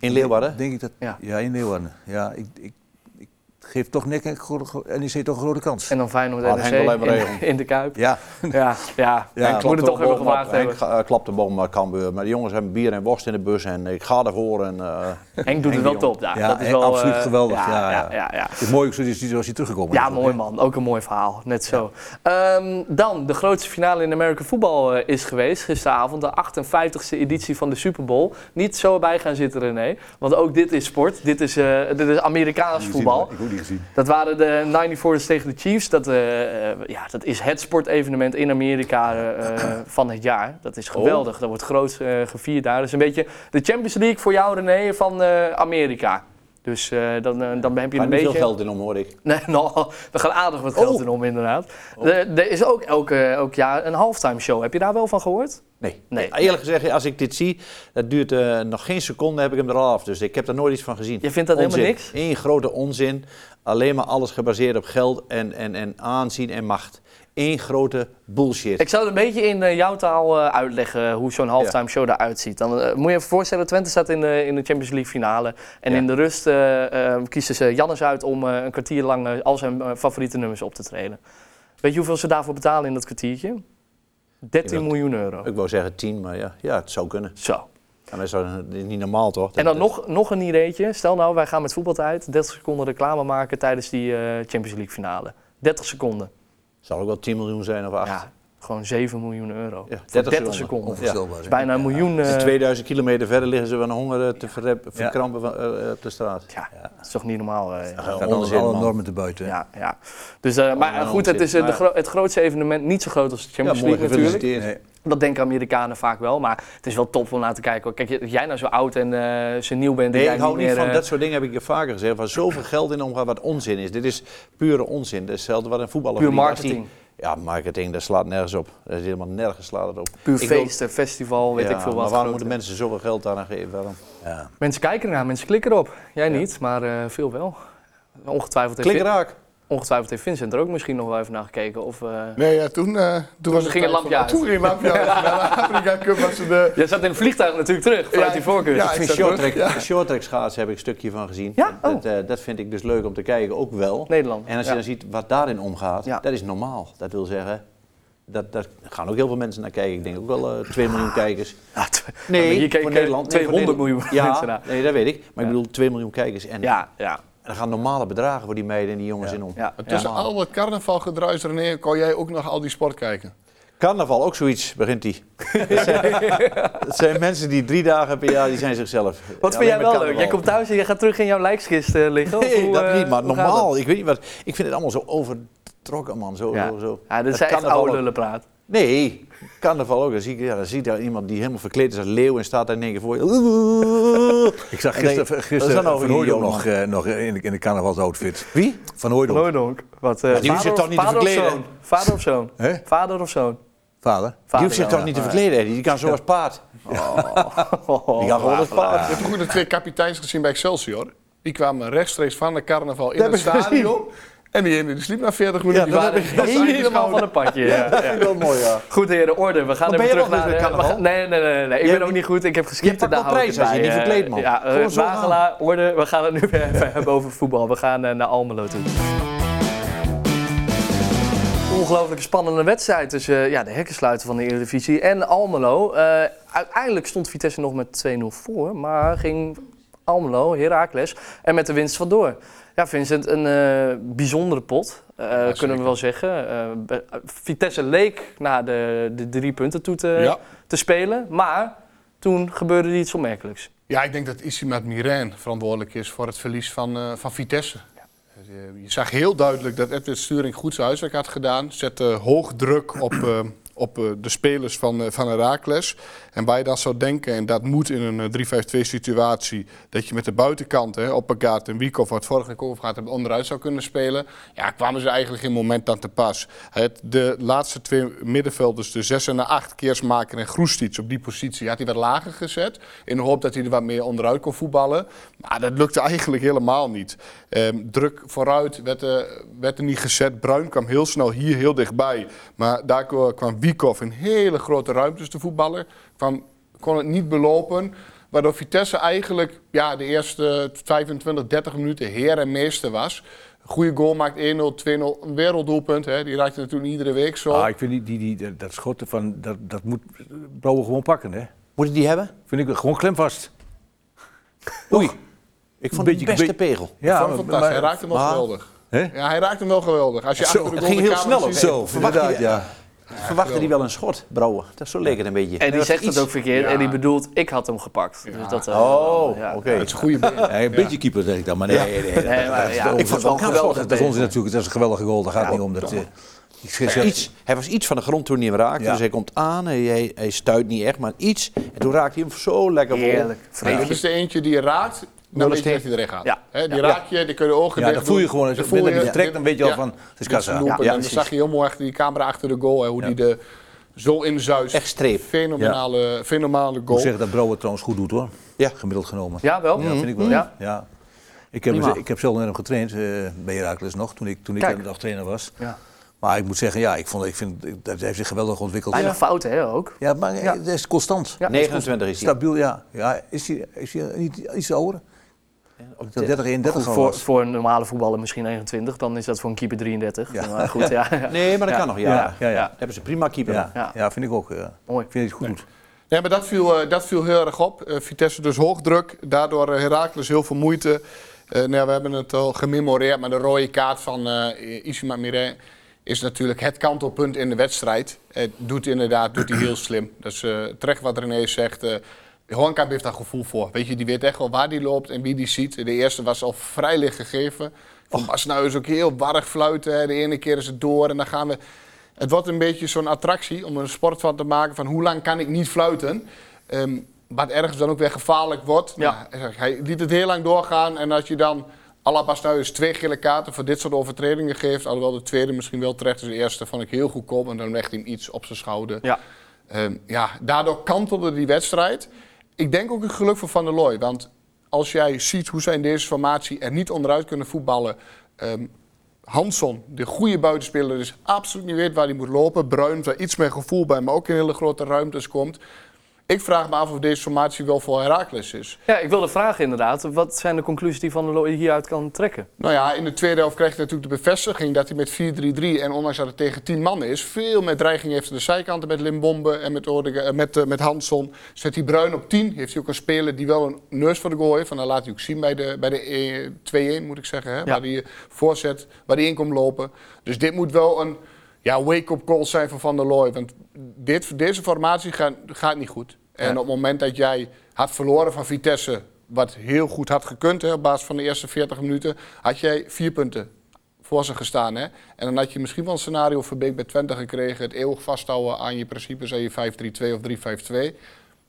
[SPEAKER 2] In Leeuwarden?
[SPEAKER 3] Denk ik dat?
[SPEAKER 1] Ja.
[SPEAKER 3] Ja, in Leeuwarden. Ja, ik, ik, ik, geeft toch nek en gro- gro- NEC toch een grote kans.
[SPEAKER 1] En dan
[SPEAKER 3] Oh,
[SPEAKER 1] Feyenoord
[SPEAKER 2] Had
[SPEAKER 1] NEC
[SPEAKER 2] Henk alleen maar
[SPEAKER 1] in,
[SPEAKER 2] regelen.
[SPEAKER 1] in de Kuip.
[SPEAKER 3] ja,
[SPEAKER 1] Ja, ja.
[SPEAKER 3] Ja,
[SPEAKER 1] ik moet het toch even gevraagd hebben.
[SPEAKER 2] eh, klapt de boom naar Cambuur. Maar de jongens hebben bier en worst in de bus en ik ga ervoor. En, eh,
[SPEAKER 1] Henk doet het wel
[SPEAKER 2] de Jong.
[SPEAKER 1] top daar.
[SPEAKER 3] Ja,
[SPEAKER 1] dat is
[SPEAKER 3] en
[SPEAKER 1] wel,
[SPEAKER 3] absoluut
[SPEAKER 1] eh,
[SPEAKER 3] geweldig,
[SPEAKER 1] Ja, ja,
[SPEAKER 3] ja, ja.
[SPEAKER 1] ja, ja.
[SPEAKER 3] het is mooi ook zoals hij, zoals hij teruggekomen
[SPEAKER 1] Ja,
[SPEAKER 3] is,
[SPEAKER 1] mooi
[SPEAKER 3] hè?
[SPEAKER 1] man. Ook een mooi verhaal. Net zo. Ehm, dan, de grootste finale in American voetbal eh, is geweest gisteravond. De 58e editie van de Super Bowl. Niet zo bij gaan zitten, René. Want ook dit is sport. Dit is, eh, dit is Amerikaans voetbal.
[SPEAKER 3] Ik heb die gezien.
[SPEAKER 1] Dat waren de 94ers tegen de Chiefs. Dat, eh, eh, ja, dat is het sportevenement in Amerika eh, eh, van het jaar. Dat
[SPEAKER 3] Oh.
[SPEAKER 1] is geweldig. Dat wordt groot eh, gevierd daar. Dat is een beetje de Champions League voor jou, René, van eh, Amerika. Dus eh, dan, eh, dan heb je
[SPEAKER 2] Gaat
[SPEAKER 1] een
[SPEAKER 2] niet
[SPEAKER 1] beetje...
[SPEAKER 2] veel geld in om, hoor ik.
[SPEAKER 1] *laughs* Nee, nou, er gaat aardig wat geld
[SPEAKER 2] Oh.
[SPEAKER 1] in om, inderdaad. Er, er is ook elke, elk jaar een halftime show. Heb je daar wel van gehoord?
[SPEAKER 2] Nee.
[SPEAKER 1] Nee.
[SPEAKER 2] Eerlijk gezegd, als ik dit zie, dat duurt eh, nog geen seconde, heb ik hem er al af. Dus ik heb daar nooit iets van gezien.
[SPEAKER 1] Je vindt dat helemaal
[SPEAKER 2] Onzin.
[SPEAKER 1] niks?
[SPEAKER 2] Eén grote onzin. Alleen maar alles gebaseerd op geld en, en, en aanzien en macht. Eén grote bullshit.
[SPEAKER 1] Ik zou het een beetje in eh, jouw taal eh, uitleggen hoe zo'n halftime show eruit ziet. Dan eh, moet je even voorstellen, Twente staat in de, in de Champions League finale. En
[SPEAKER 2] Ja.
[SPEAKER 1] in de rust eh, eh, kiezen ze Jannes uit om eh, een kwartier lang eh, al zijn eh, favoriete nummers op te treden. Weet je hoeveel ze daarvoor betalen in dat kwartiertje? 13
[SPEAKER 2] Ja,
[SPEAKER 1] miljoen euro.
[SPEAKER 2] Ik wou zeggen tien, maar ja, ja het zou kunnen.
[SPEAKER 1] Zo.
[SPEAKER 2] Ja, maar zo, dat is niet normaal, toch?
[SPEAKER 1] En dan
[SPEAKER 2] Dat-
[SPEAKER 1] nog, nog een ideetje. Stel nou, wij gaan met voetbal uit 30 seconden reclame maken tijdens die eh, Champions League finale. 30 seconden.
[SPEAKER 2] Zal ook wel 10 miljoen zijn of 8.
[SPEAKER 1] Ja, gewoon 7 miljoen euro.
[SPEAKER 2] Ja,
[SPEAKER 1] Voor
[SPEAKER 2] 30
[SPEAKER 1] 30
[SPEAKER 2] seconden.
[SPEAKER 1] seconden.
[SPEAKER 2] Ja.
[SPEAKER 3] Onvoorstelbaar.
[SPEAKER 1] Dat
[SPEAKER 3] hè?
[SPEAKER 1] is bijna een miljoen.
[SPEAKER 2] Als ze
[SPEAKER 1] eh,
[SPEAKER 2] 2000 Dus kilometer verder liggen ze van honger eh, te verrep- verkrampen van, eh, op de straat.
[SPEAKER 1] Ja, dat is toch niet normaal. eh, ja.
[SPEAKER 2] Ja,
[SPEAKER 3] Gaat
[SPEAKER 2] onzin,
[SPEAKER 3] alle, alle
[SPEAKER 2] man.
[SPEAKER 3] normen te buiten. hè?
[SPEAKER 1] ja, Dus, eh, maar eh, goed, het is eh, de gro- het grootste evenement. Niet zo groot als de
[SPEAKER 2] Ja,
[SPEAKER 1] Champions
[SPEAKER 2] mooi
[SPEAKER 1] League natuurlijk.
[SPEAKER 2] gefeliciteerd.
[SPEAKER 3] Nee.
[SPEAKER 1] Dat denken Amerikanen vaak wel. Maar het is wel top om naar te kijken. hoor. Kijk, je- dat jij nou zo oud en eh zo nieuw bent.
[SPEAKER 2] Nee,
[SPEAKER 1] dat jij
[SPEAKER 2] ik hou niet
[SPEAKER 1] meer,
[SPEAKER 2] van
[SPEAKER 1] eh,
[SPEAKER 2] dat soort dingen, heb ik je vaker gezegd. Waar zoveel geld in omgaat, wat onzin is. Dit is pure onzin. Dat is hetzelfde wat een voetballer
[SPEAKER 1] Puur
[SPEAKER 2] verdient. Als die-
[SPEAKER 1] marketing.
[SPEAKER 2] Ja, marketing, dat slaat nergens op. Dat is helemaal nergens slaat het op.
[SPEAKER 1] Puur
[SPEAKER 2] Ik wil-
[SPEAKER 1] feesten, festival, weet
[SPEAKER 2] Ja,
[SPEAKER 1] ik veel
[SPEAKER 2] Maar
[SPEAKER 1] wat.
[SPEAKER 2] waarom
[SPEAKER 1] grote-
[SPEAKER 2] moeten mensen zoveel geld daaraan geven? Waarom?
[SPEAKER 3] Ja.
[SPEAKER 1] Mensen kijken ernaar, mensen klikken erop. Jij niet, maar eh, veel wel. Ongetwijfeld heeft,
[SPEAKER 2] Klik raak.
[SPEAKER 1] ongetwijfeld heeft Vincent er ook misschien nog wel even naar gekeken. Of, eh,
[SPEAKER 4] Nee, ja, toen, eh, toen, was
[SPEAKER 1] ging het
[SPEAKER 4] tijd
[SPEAKER 1] lampje
[SPEAKER 4] voor-
[SPEAKER 1] uit.
[SPEAKER 4] Toen ging het
[SPEAKER 2] *laughs*
[SPEAKER 4] lampje uit. Na de Afrika Cup was het... eh,
[SPEAKER 1] Jij zat in het vliegtuig natuurlijk terug, vanuit
[SPEAKER 4] Ja,
[SPEAKER 1] die voorkeur. *laughs*
[SPEAKER 4] ja,
[SPEAKER 2] Ik vind
[SPEAKER 4] zat terug,
[SPEAKER 2] shorttrack
[SPEAKER 4] ja.
[SPEAKER 2] shorttrack schaatsen heb ik een stukje van gezien.
[SPEAKER 1] Ja? Oh.
[SPEAKER 2] Dat, eh, dat vind ik dus leuk om te kijken, ook wel.
[SPEAKER 1] Nederland.
[SPEAKER 2] En als je
[SPEAKER 1] ja.
[SPEAKER 2] dan ziet wat daarin omgaat,
[SPEAKER 1] Ja.
[SPEAKER 2] dat is normaal. Dat wil zeggen, dat, dat gaan ook heel veel mensen naar kijken. Ik denk ook wel eh 2 miljoen kijkers.
[SPEAKER 1] Ja, tw-
[SPEAKER 2] Nee,
[SPEAKER 1] hier kijken
[SPEAKER 2] voor Nederland. Nee, voor
[SPEAKER 1] 200 eh, miljoen
[SPEAKER 2] Nederland.
[SPEAKER 1] mensen
[SPEAKER 2] ja,
[SPEAKER 1] naar.
[SPEAKER 2] Nee, dat weet ik. Maar
[SPEAKER 1] Ja.
[SPEAKER 2] ik bedoel 2 miljoen kijkers. En,
[SPEAKER 1] Ja, ja,
[SPEAKER 2] en er gaan normale bedragen voor die meiden en die jongens
[SPEAKER 3] Ja.
[SPEAKER 2] in om.
[SPEAKER 1] ja.
[SPEAKER 4] Tussen
[SPEAKER 2] Ja.
[SPEAKER 4] al het carnavalgedruis, René, kon jij ook nog al die sport kijken?
[SPEAKER 2] Carnaval, ook zoiets, begint
[SPEAKER 1] *laughs*
[SPEAKER 2] die. dat, zijn, dat zijn mensen die drie dagen per jaar, die zijn zichzelf.
[SPEAKER 1] Wat vind
[SPEAKER 2] Alleen
[SPEAKER 1] jij
[SPEAKER 2] met
[SPEAKER 1] wel leuk?
[SPEAKER 2] carnaval.
[SPEAKER 1] Jij komt thuis en jij gaat terug in jouw lijkskist eh, liggen? of
[SPEAKER 2] Nee,
[SPEAKER 1] hoe,
[SPEAKER 2] dat
[SPEAKER 1] eh,
[SPEAKER 2] niet, maar
[SPEAKER 1] hoe gaat dat?
[SPEAKER 2] normaal. Ik weet niet wat. Ik vind het allemaal zo overtrokken, man. Zo,
[SPEAKER 1] Ja,
[SPEAKER 2] zo, zo.
[SPEAKER 1] ja dit
[SPEAKER 2] Dat
[SPEAKER 1] zijn echt
[SPEAKER 2] carnaval
[SPEAKER 1] oude
[SPEAKER 2] ook.
[SPEAKER 1] lullenpraat.
[SPEAKER 2] Nee, carnaval ook. Dan zie ik, ja, dan zie ik daar iemand die helemaal verkleed is als leeuw en staat daar in één keer voor je.
[SPEAKER 3] Ik zag
[SPEAKER 2] En denk,
[SPEAKER 3] gisteren,
[SPEAKER 2] dat is
[SPEAKER 3] gisteren
[SPEAKER 2] dan
[SPEAKER 3] Van
[SPEAKER 2] over die
[SPEAKER 3] Hooydonk
[SPEAKER 2] jongen.
[SPEAKER 3] nog, eh, nog in de, in de carnavalsoutfit.
[SPEAKER 2] Wie?
[SPEAKER 3] Van Hooydonk,
[SPEAKER 1] Nooidonk. Wat, eh,
[SPEAKER 2] die hoeft
[SPEAKER 1] vader
[SPEAKER 2] zich
[SPEAKER 1] of-
[SPEAKER 2] toch niet te
[SPEAKER 1] vader of
[SPEAKER 2] verkleden?
[SPEAKER 1] zoon? Vader of zoon?
[SPEAKER 3] Hè?
[SPEAKER 1] Vader of zoon? *laughs*
[SPEAKER 3] vader.
[SPEAKER 2] Die
[SPEAKER 1] Vader
[SPEAKER 2] hoeft zich
[SPEAKER 1] wel.
[SPEAKER 2] toch niet te verkleden, Eddie? Die kan zo als paard.
[SPEAKER 1] Oh.
[SPEAKER 2] Die kan gewoon als paard.
[SPEAKER 4] Je hebt goed de twee kapiteins gezien bij Excelsior. Die kwamen rechtstreeks van de carnaval in
[SPEAKER 2] Dat
[SPEAKER 4] het
[SPEAKER 2] heb ik gezien.
[SPEAKER 4] stadion. En die ene die sliep na 40 minuten.
[SPEAKER 2] Ja,
[SPEAKER 4] die
[SPEAKER 2] dat heb
[SPEAKER 4] waren
[SPEAKER 2] ik-
[SPEAKER 4] heel
[SPEAKER 2] dat
[SPEAKER 4] saai
[SPEAKER 1] Helemaal van
[SPEAKER 4] geschoten.
[SPEAKER 1] een padje. ja, ja.
[SPEAKER 2] vind ik wel mooi, ja.
[SPEAKER 1] Goed heren, orde. We gaan
[SPEAKER 2] Maar
[SPEAKER 1] even terug
[SPEAKER 2] Oh, ben jij wel
[SPEAKER 1] naar...
[SPEAKER 2] goed met
[SPEAKER 1] eh, we
[SPEAKER 2] carnaval?
[SPEAKER 1] gaan- nee, nee, nee, nee, nee. Ik
[SPEAKER 2] Jij
[SPEAKER 1] ben ook
[SPEAKER 2] bent-
[SPEAKER 1] niet goed. Ik heb geskipt
[SPEAKER 2] pakt
[SPEAKER 1] en daar
[SPEAKER 2] wel
[SPEAKER 1] hou ik
[SPEAKER 2] prijs
[SPEAKER 1] het
[SPEAKER 2] als je
[SPEAKER 1] bij,
[SPEAKER 2] niet
[SPEAKER 1] eh,
[SPEAKER 2] verkleed, man.
[SPEAKER 1] Ja, eh,
[SPEAKER 2] Gewoon zo
[SPEAKER 1] Wagelaar, orde. We gaan het nu *laughs* weer even hebben over voetbal. We gaan eh, naar Almelo toe. Ongelooflijk spannende wedstrijd tussen eh, ja, de hekkensluiter van de Eredivisie en Almelo. Eh, uiteindelijk stond Vitesse nog met 2-0 voor, maar ging Almelo, Heracles en met de winst vandoor. Ja, Vincent, een eh, bijzondere pot, eh, kunnen we
[SPEAKER 4] zeker.
[SPEAKER 1] wel zeggen. Eh, be- eh, Vitesse leek naar de, de drie punten toe te,
[SPEAKER 4] Ja.
[SPEAKER 1] te spelen, maar toen gebeurde er iets opmerkelijks.
[SPEAKER 4] Ja, ik denk dat Isimat Miren verantwoordelijk is voor het verlies van, eh, van Vitesse. Eh, Je zag heel duidelijk dat Edwin Sturing goed zijn huiswerk had gedaan. Zette hoog druk op, eh, op eh, de spelers van, eh, van Herakles. En waar je dan zou denken, en dat moet in een eh, 3-5-2 situatie, dat je met de buitenkant, hè, Oppergaard en Wiekoff, wat vorige week over gaat hebben, onderuit zou kunnen spelen. Ja, kwamen ze eigenlijk in moment aan te pas. Het, de laatste twee middenvelders, de 6 en de 8, Keersmaker en Groestits op die positie, had hij wat lager gezet. In de hoop dat hij er wat meer onderuit kon voetballen. Maar dat lukte eigenlijk helemaal niet. Ehm, druk vooruit werd, eh, werd er niet gezet. Bruin kwam heel snel hier heel dichtbij. Maar daar kwa- kwam Wiekoff in hele grote ruimtes te voetballen. Kwam, kon het niet belopen. Waardoor Vitesse eigenlijk ja, de eerste 25, 30 minuten heer en meester was. Goede goal maakt 1-0, 2-0. Een werelddoelpunt. Hè? Die raakt je natuurlijk iedere week zo.
[SPEAKER 3] Ah, ik vind die, die, die, dat- dat schotten van, dat, dat moet Brouwer gewoon pakken, hè?
[SPEAKER 2] Moeten die hebben?
[SPEAKER 3] Vind ik gewoon klemvast. Oei.
[SPEAKER 2] Ik
[SPEAKER 3] Een
[SPEAKER 2] vond het de
[SPEAKER 3] beetje-
[SPEAKER 2] beste
[SPEAKER 3] be-
[SPEAKER 2] pegel.
[SPEAKER 4] Ik
[SPEAKER 3] Ja,
[SPEAKER 4] vond het
[SPEAKER 3] maar-
[SPEAKER 4] fantastisch. hij
[SPEAKER 3] maar-
[SPEAKER 4] raakt hem wel
[SPEAKER 2] maar-
[SPEAKER 4] geweldig.
[SPEAKER 3] Hè?
[SPEAKER 4] Ja, hij raakt hem wel geweldig. Als je
[SPEAKER 2] Zo,
[SPEAKER 4] achter de
[SPEAKER 2] het ging heel
[SPEAKER 4] goldenkabel
[SPEAKER 2] snel ook.
[SPEAKER 4] ziet-
[SPEAKER 2] Zo,
[SPEAKER 3] Verwacht
[SPEAKER 2] inderdaad,
[SPEAKER 3] je-
[SPEAKER 2] ja. Verwachten die wel een schot, Brouwer? Dat zo leek het een beetje.
[SPEAKER 1] En die
[SPEAKER 2] Dat
[SPEAKER 1] zegt
[SPEAKER 2] iets-
[SPEAKER 1] het ook verkeerd.
[SPEAKER 4] Ja.
[SPEAKER 1] En die bedoelt, ik had hem gepakt. Dus dat, eh,
[SPEAKER 2] Oh,
[SPEAKER 1] ja.
[SPEAKER 2] oké.
[SPEAKER 4] Het is een
[SPEAKER 3] *laughs*
[SPEAKER 4] goede been.
[SPEAKER 3] Nee, een beetje keeper zeg ik dan, maar nee, nee, nee.
[SPEAKER 1] Nee, maar ja, ik vond het wel geweldig.
[SPEAKER 3] Dat is onzin natuurlijk, dat is een geweldige goal, daar gaat het niet om. Dat, eh, ik schets-
[SPEAKER 2] Ja, iets, hij was iets van de grond toen hij hem raakte.
[SPEAKER 3] Ja.
[SPEAKER 2] Dus hij komt aan, hij, hij, hij stuit niet echt, maar iets. En toen raakte hij hem zo lekker vol.
[SPEAKER 1] Heerlijk.
[SPEAKER 4] Ja, Dit is de eentje die je raakt. Dan weet je dat hij erin gaat.
[SPEAKER 1] Ja.
[SPEAKER 4] Hè, die raak je, die kun je ogen
[SPEAKER 3] ja,
[SPEAKER 4] dicht
[SPEAKER 3] dat voel je
[SPEAKER 4] doen.
[SPEAKER 3] gewoon. Als
[SPEAKER 4] Dan
[SPEAKER 3] je
[SPEAKER 4] voel
[SPEAKER 3] binnen
[SPEAKER 4] je-
[SPEAKER 3] hem trekt, dan weet je al
[SPEAKER 4] Ja.
[SPEAKER 3] van, het is
[SPEAKER 4] Dit is een
[SPEAKER 3] kassa.
[SPEAKER 4] doelpunt.
[SPEAKER 2] ja,
[SPEAKER 4] en dan
[SPEAKER 2] precies.
[SPEAKER 4] zag je heel mooi achter die camera achter de goal. Hè, hoe die de zo inzuist.
[SPEAKER 2] Echt streep.
[SPEAKER 4] Fenomenale, fenomenale
[SPEAKER 3] Ik
[SPEAKER 4] goal.
[SPEAKER 3] moet zeggen dat Brouwer trouwens goed doet hoor.
[SPEAKER 2] Ja.
[SPEAKER 3] Gemiddeld genomen.
[SPEAKER 1] Ja, wel?
[SPEAKER 3] Ja, vind ik wel.
[SPEAKER 1] Mhm. Ja.
[SPEAKER 3] Ja. Ik, heb,
[SPEAKER 2] Prima.
[SPEAKER 3] ik heb zelf met hem getraind eh, bij Heracles nog, toen ik, toen ik
[SPEAKER 1] Kijk.
[SPEAKER 3] aan de trainer was.
[SPEAKER 1] Ja.
[SPEAKER 3] Maar ik moet zeggen, ja, ik, vond, ik vind ik- dat hij heeft zich geweldig ontwikkeld.
[SPEAKER 1] Bijna fouten, hè, ook.
[SPEAKER 3] Ja, maar eh,
[SPEAKER 1] Ja.
[SPEAKER 3] dat is constant.
[SPEAKER 1] Ja.
[SPEAKER 2] 29 is hij.
[SPEAKER 3] Stabiel, ja. ja. Is hij, is hij niet iets ouder? Ik dacht 30, 31
[SPEAKER 1] Goed,
[SPEAKER 3] al
[SPEAKER 1] voor,
[SPEAKER 3] was.
[SPEAKER 1] voor een normale voetballer misschien 21, dan is dat voor een keeper 33.
[SPEAKER 3] Ja.
[SPEAKER 1] Maar goed, ja. ja.
[SPEAKER 2] Nee, maar dat
[SPEAKER 1] Ja.
[SPEAKER 2] kan nog, ja.
[SPEAKER 3] Ja, ja, ja.
[SPEAKER 2] Dan hebben ze prima keeper.
[SPEAKER 3] Ja,
[SPEAKER 1] Ja.
[SPEAKER 3] ja. vind ik ook. ja.
[SPEAKER 1] Mooi.
[SPEAKER 3] Ik vind het goed. doet.
[SPEAKER 4] Nee, maar dat viel, eh, dat viel heel erg op. Eh, Vitesse dus hoog druk, daardoor eh, Heracles heel veel moeite. Eh, nou, ja, we hebben het al gememoreerd, maar de rode kaart van eh Isima Mireille is natuurlijk het kantelpunt in de wedstrijd. Het doet inderdaad, doet hij heel slim. Dat is eh, terecht wat René zegt. eh Hoankamp heeft daar gevoel voor. Weet je, die weet echt wel waar die loopt en wie die ziet. De eerste was al vrij licht gegeven. Van Bas nou is ook heel warrig fluiten. hè. De ene keer is het door en dan gaan we... Het wordt een beetje zo'n attractie om er een sport van te maken van hoe lang kan ik niet fluiten. Ehm, wat ergens dan ook weer gevaarlijk wordt.
[SPEAKER 1] Ja.
[SPEAKER 4] Nou, hij zegt, hij liet het heel lang doorgaan en als je dan Alabastuis twee gele kaarten voor dit soort overtredingen geeft, alhoewel de tweede misschien wel terecht is, de eerste vond ik heel goedkoop en dan legt hij hem iets op zijn schouder.
[SPEAKER 1] Ja.
[SPEAKER 4] Ehm, ja, daardoor kantelde die wedstrijd. Ik denk ook een geluk voor Van der Looy. Want als jij ziet hoe zij in deze formatie er niet onderuit kunnen voetballen. ehm Hansson, de goede buitenspeler, dus absoluut niet weet waar hij moet lopen. Bruin, daar iets meer gevoel bij, maar ook in hele grote ruimtes komt. Ik vraag me af of deze formatie wel voor Herakles is.
[SPEAKER 1] Ja, ik wilde vragen inderdaad, wat zijn de conclusies die Van der Looy hieruit kan trekken?
[SPEAKER 4] Nou ja, in de tweede helft kreeg hij natuurlijk de bevestiging dat hij met 4-3-3 en ondanks dat het tegen 10 man is, veel meer dreiging heeft aan de zijkanten met Limbombe en met, Oerdeke- eh, met, eh, met Hansson. Zet hij Bruin op 10, heeft hij ook een speler die wel een neus voor de goal heeft. En dat laat hij ook zien bij de, bij de eh, 2-1 moet ik zeggen, hè? waar hij voorzet, waar hij in komt lopen. Dus dit moet wel een ja, wake-up call zijn van Van der Looy, want dit, deze formatie gaat, gaat niet goed. En op het moment dat jij had verloren van Vitesse wat heel goed had gekund hè, op basis van de eerste 40 minuten, had jij vier punten voor ze gestaan. Hè? En dan had je misschien wel een scenario voor Beek bij Twente gekregen, het eeuwig vasthouden aan je principes, aan je 5-3-2 of 3-5-2,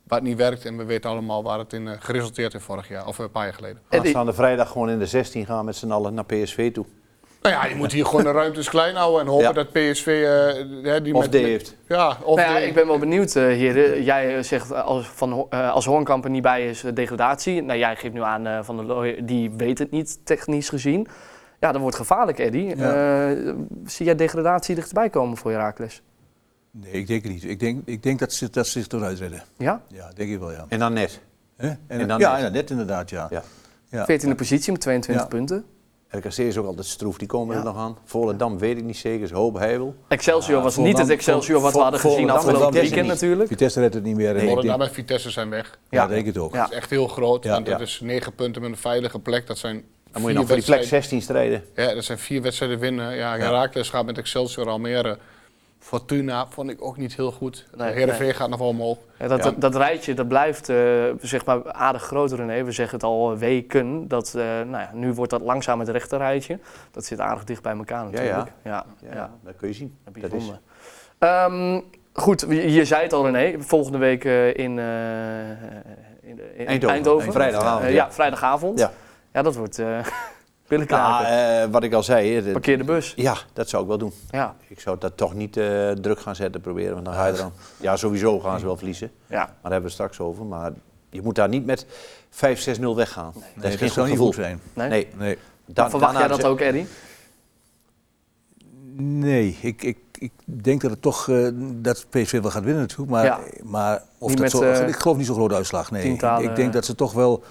[SPEAKER 4] wat niet werkt en we weten allemaal waar het in eh, geresulteerd heeft vorig jaar, of een paar jaar geleden.
[SPEAKER 2] Aanstaande vrijdag gewoon in de 16 gaan met z'n allen naar PSV toe.
[SPEAKER 4] Nou ja, je moet hier gewoon de ruimtes klein houden en hopen
[SPEAKER 2] Ja.
[SPEAKER 4] dat PSV... eh, hè, die
[SPEAKER 2] Of
[SPEAKER 4] met,
[SPEAKER 2] D
[SPEAKER 4] met-
[SPEAKER 2] heeft.
[SPEAKER 4] Ja, of
[SPEAKER 1] Nou ja,
[SPEAKER 4] D.
[SPEAKER 1] ik ben wel benieuwd, eh, heren. Jij eh, zegt eh, als, van, Ho- eh, als Hoornkamp er niet bij is, eh, degradatie. Nou, jij geeft nu aan eh, Van der Looy, die weet het niet technisch gezien. Ja, dat wordt gevaarlijk, Eddy. Eh, zie jij degradatie dichterbij komen voor Herakles?
[SPEAKER 3] Nee, ik denk het niet. Ik denk, ik denk dat, ze, dat ze zich eruit redden.
[SPEAKER 1] Ja?
[SPEAKER 3] Ja, denk ik wel, ja.
[SPEAKER 2] En dan net.
[SPEAKER 3] Hè? En,
[SPEAKER 2] dan
[SPEAKER 3] ja,
[SPEAKER 2] net.
[SPEAKER 3] ja, net inderdaad, ja.
[SPEAKER 2] Ja.
[SPEAKER 3] Ja.
[SPEAKER 1] 14e positie met 22
[SPEAKER 3] Ja.
[SPEAKER 1] punten.
[SPEAKER 2] RKC is ook altijd stroef, die komen er
[SPEAKER 1] Ja.
[SPEAKER 2] nog aan. Volendam weet ik niet zeker, is hoop heibel.
[SPEAKER 1] Excelsior was niet
[SPEAKER 3] Volendam-
[SPEAKER 1] het Excelsior wat we hadden
[SPEAKER 2] Vol-
[SPEAKER 1] gezien
[SPEAKER 2] Volendam-
[SPEAKER 1] afgelopen
[SPEAKER 2] Vitesse
[SPEAKER 1] weekend
[SPEAKER 2] niet.
[SPEAKER 1] natuurlijk.
[SPEAKER 3] Vitesse redt het niet meer. en ik
[SPEAKER 4] Volendam
[SPEAKER 3] denk-
[SPEAKER 4] en nou, Vitesse zijn weg.
[SPEAKER 3] ja,
[SPEAKER 1] Ja.
[SPEAKER 3] denk het ook.
[SPEAKER 1] Ja.
[SPEAKER 4] Dat is echt heel groot,
[SPEAKER 3] Ja,
[SPEAKER 4] want dat
[SPEAKER 2] ja.
[SPEAKER 4] is negen punten met een veilige plek. Dat zijn
[SPEAKER 2] Dan moet je
[SPEAKER 4] vier
[SPEAKER 2] nog voor die plek
[SPEAKER 4] wedstrijden-
[SPEAKER 2] 16 strijden.
[SPEAKER 4] Ja, dat zijn vier wedstrijden winnen. Ja, Herakles gaat met Excelsior Almere. Fortuna vond ik ook niet heel goed.
[SPEAKER 1] Nee,
[SPEAKER 4] Heerenveen gaat nog wel omhoog.
[SPEAKER 1] Ja, dat,
[SPEAKER 4] Ja.
[SPEAKER 1] Dat, dat rijtje dat blijft eh, zeg maar aardig groot, René. We zeggen het al eh, weken. Dat, eh, nou ja, nu wordt dat langzaam het rechter rijtje. Dat zit aardig dicht bij elkaar natuurlijk. Ja, ja.
[SPEAKER 2] Ja, dat kun je zien. Dat is.
[SPEAKER 1] bijzonder. Ehm, goed, je, je zei het al René. Volgende week eh, in, eh, in, in
[SPEAKER 2] Eindhoven. Vrijdagavond,
[SPEAKER 1] Eh,
[SPEAKER 2] ja.
[SPEAKER 1] ja, vrijdagavond. Ja,
[SPEAKER 2] Ja.
[SPEAKER 1] dat wordt eh *laughs* billen
[SPEAKER 2] Nou,
[SPEAKER 1] kraken.
[SPEAKER 2] eh, wat ik al zei, eh, de-
[SPEAKER 1] Parkeer de bus.
[SPEAKER 2] ja, dat zou ik wel doen.
[SPEAKER 1] Ja,
[SPEAKER 2] Ik zou dat toch niet eh, druk gaan zetten proberen, want dan ga je er dan... Ja, sowieso gaan ze wel verliezen,
[SPEAKER 1] ja.
[SPEAKER 2] maar daar hebben we het straks over. Maar je moet daar niet met 5-6-0 weggaan. dat is
[SPEAKER 3] Nee,
[SPEAKER 2] geen
[SPEAKER 3] dat
[SPEAKER 2] goed
[SPEAKER 3] zou niet
[SPEAKER 2] gevoel.
[SPEAKER 3] goed zijn.
[SPEAKER 1] Nee.
[SPEAKER 2] Nee,
[SPEAKER 3] Nee.
[SPEAKER 2] dan
[SPEAKER 1] Verwacht jij dat ook, Eddy?
[SPEAKER 3] Nee, ik, ik, ik denk dat het toch eh, dat PSV wel gaat winnen natuurlijk, maar,
[SPEAKER 1] Ja.
[SPEAKER 3] maar
[SPEAKER 1] Niet
[SPEAKER 3] of dat
[SPEAKER 1] met,
[SPEAKER 3] zo,
[SPEAKER 1] eh,
[SPEAKER 3] ik geloof niet zo'n grote uitslag. Nee, ik,
[SPEAKER 1] tientallen, eh.
[SPEAKER 3] ik denk dat ze toch wel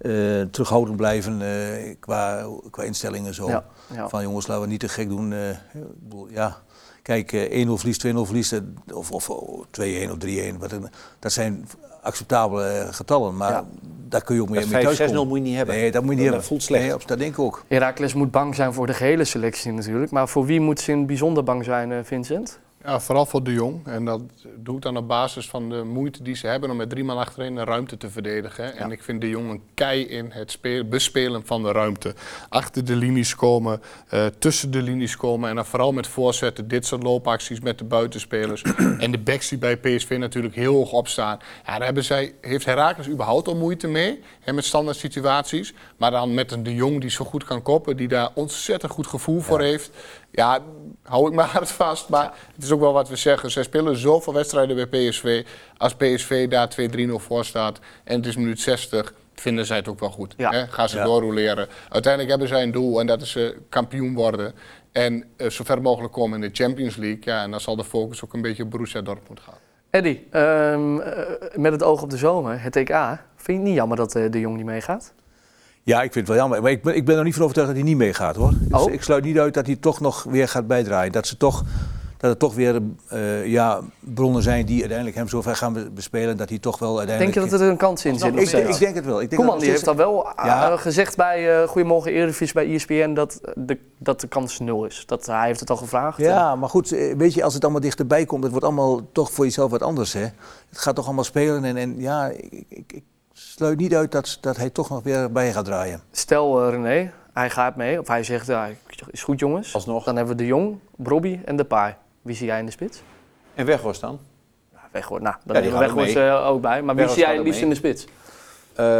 [SPEAKER 3] eh, terughoudend blijven eh, qua, qua instellingen zo.
[SPEAKER 1] Ja, ja.
[SPEAKER 3] Van jongens, laten we niet te gek doen. eh, ik bedoel, ja. Kijk, eh, 1-0 verlies, 2-0 verlies, eh, of, of oh, 2-1 of 3-1, wat dan- dat zijn acceptabele eh, getallen. Maar
[SPEAKER 1] Ja.
[SPEAKER 3] daar kun je ook mee,
[SPEAKER 2] Dat
[SPEAKER 3] mee
[SPEAKER 2] 5-6-0
[SPEAKER 3] thuiskomen.
[SPEAKER 2] moet je niet hebben.
[SPEAKER 3] Nee, dat moet je niet
[SPEAKER 2] Dat
[SPEAKER 3] hebben.
[SPEAKER 2] voelt slecht.
[SPEAKER 3] Nee, dat denk ik ook.
[SPEAKER 1] Heracles moet bang zijn voor de gehele selectie natuurlijk. Maar voor wie moet ze in het bijzonder bang zijn, eh, Vincent?
[SPEAKER 4] Ja, vooral voor de jong. En dat doe ik dan op basis van de moeite die ze hebben om met drie man achterin de ruimte te verdedigen. En ik vind de jong een kei in het spe- bespelen van de ruimte. Achter de linies komen, eh, tussen de linies komen. En dan vooral met voorzetten. Dit soort loopacties met de buitenspelers. *clears throat* en de backs die bij PSV natuurlijk heel hoog opstaan. Ja, daar hebben zij, heeft Herakles überhaupt al moeite mee. Hè, met standaard situaties. Maar dan met een de jong die zo goed kan koppen. Die daar ontzettend goed gevoel voor heeft. Ja, hou ik mijn hart vast. Maar *laughs* het is ook wel wat we zeggen. Zij spelen zoveel wedstrijden bij PSV. Als PSV daar 2-3-0 voor staat en het is minuut 60, vinden zij het ook wel goed.
[SPEAKER 1] Ja.
[SPEAKER 4] Hè? Gaan ze
[SPEAKER 3] Ja.
[SPEAKER 4] doorrolleren. Uiteindelijk hebben zij een doel en dat is eh, kampioen worden. En eh, zo ver mogelijk komen in de Champions League. Ja, en dan zal de focus ook een beetje op Borussia Dortmund gaan.
[SPEAKER 1] Eddy, ehm, eh, met het oog op de zomer, het EK. Vind je het niet jammer dat eh, de jong niet meegaat?
[SPEAKER 3] Ja, ik vind het wel jammer. Maar ik ben, ik ben er niet van overtuigd dat hij niet meegaat hoor. Dus
[SPEAKER 1] Oh.
[SPEAKER 3] ik sluit niet uit dat hij toch nog weer gaat bijdraaien. Dat, ze toch, dat er toch weer eh, ja, bronnen zijn die uiteindelijk hem zover gaan be- bespelen. Dat hij toch wel
[SPEAKER 1] Denk
[SPEAKER 3] uiteindelijk.
[SPEAKER 1] je dat er een kans in zit? nog
[SPEAKER 3] ik, ik
[SPEAKER 1] steeds?
[SPEAKER 3] denk het wel. Ik denk
[SPEAKER 1] Koeman
[SPEAKER 3] dat
[SPEAKER 1] die
[SPEAKER 3] het
[SPEAKER 1] heeft al wel eh,
[SPEAKER 3] Ja.
[SPEAKER 1] gezegd bij eh Goedemorgen Eredivisie bij ESPN dat eh, de, dat de kans nul is. Dat, hij heeft het al gevraagd.
[SPEAKER 3] Ja, maar goed, eh, weet je, als het allemaal dichterbij komt, het wordt allemaal toch voor jezelf wat anders. Hè? Het gaat toch allemaal spelen en, en ja, ik, ik, ik sluit niet uit dat, dat hij toch nog weer bij gaat draaien.
[SPEAKER 1] Stel eh, René, hij gaat mee. Of hij zegt, ja, is goed jongens.
[SPEAKER 2] Alsnog.
[SPEAKER 1] Dan hebben we De Jong, Robbie en Depay. Wie zie jij in de spits?
[SPEAKER 2] En weg was dan?
[SPEAKER 1] Nou, Weghorst. Nou, dan
[SPEAKER 2] Ja, die
[SPEAKER 1] hebben we
[SPEAKER 2] gaat ook
[SPEAKER 1] Weghorst eh, ook bij. Maar wie
[SPEAKER 2] Weghorst
[SPEAKER 1] zie jij
[SPEAKER 2] gaat
[SPEAKER 1] het
[SPEAKER 2] ook
[SPEAKER 1] liefst in
[SPEAKER 2] mee.
[SPEAKER 1] de spits?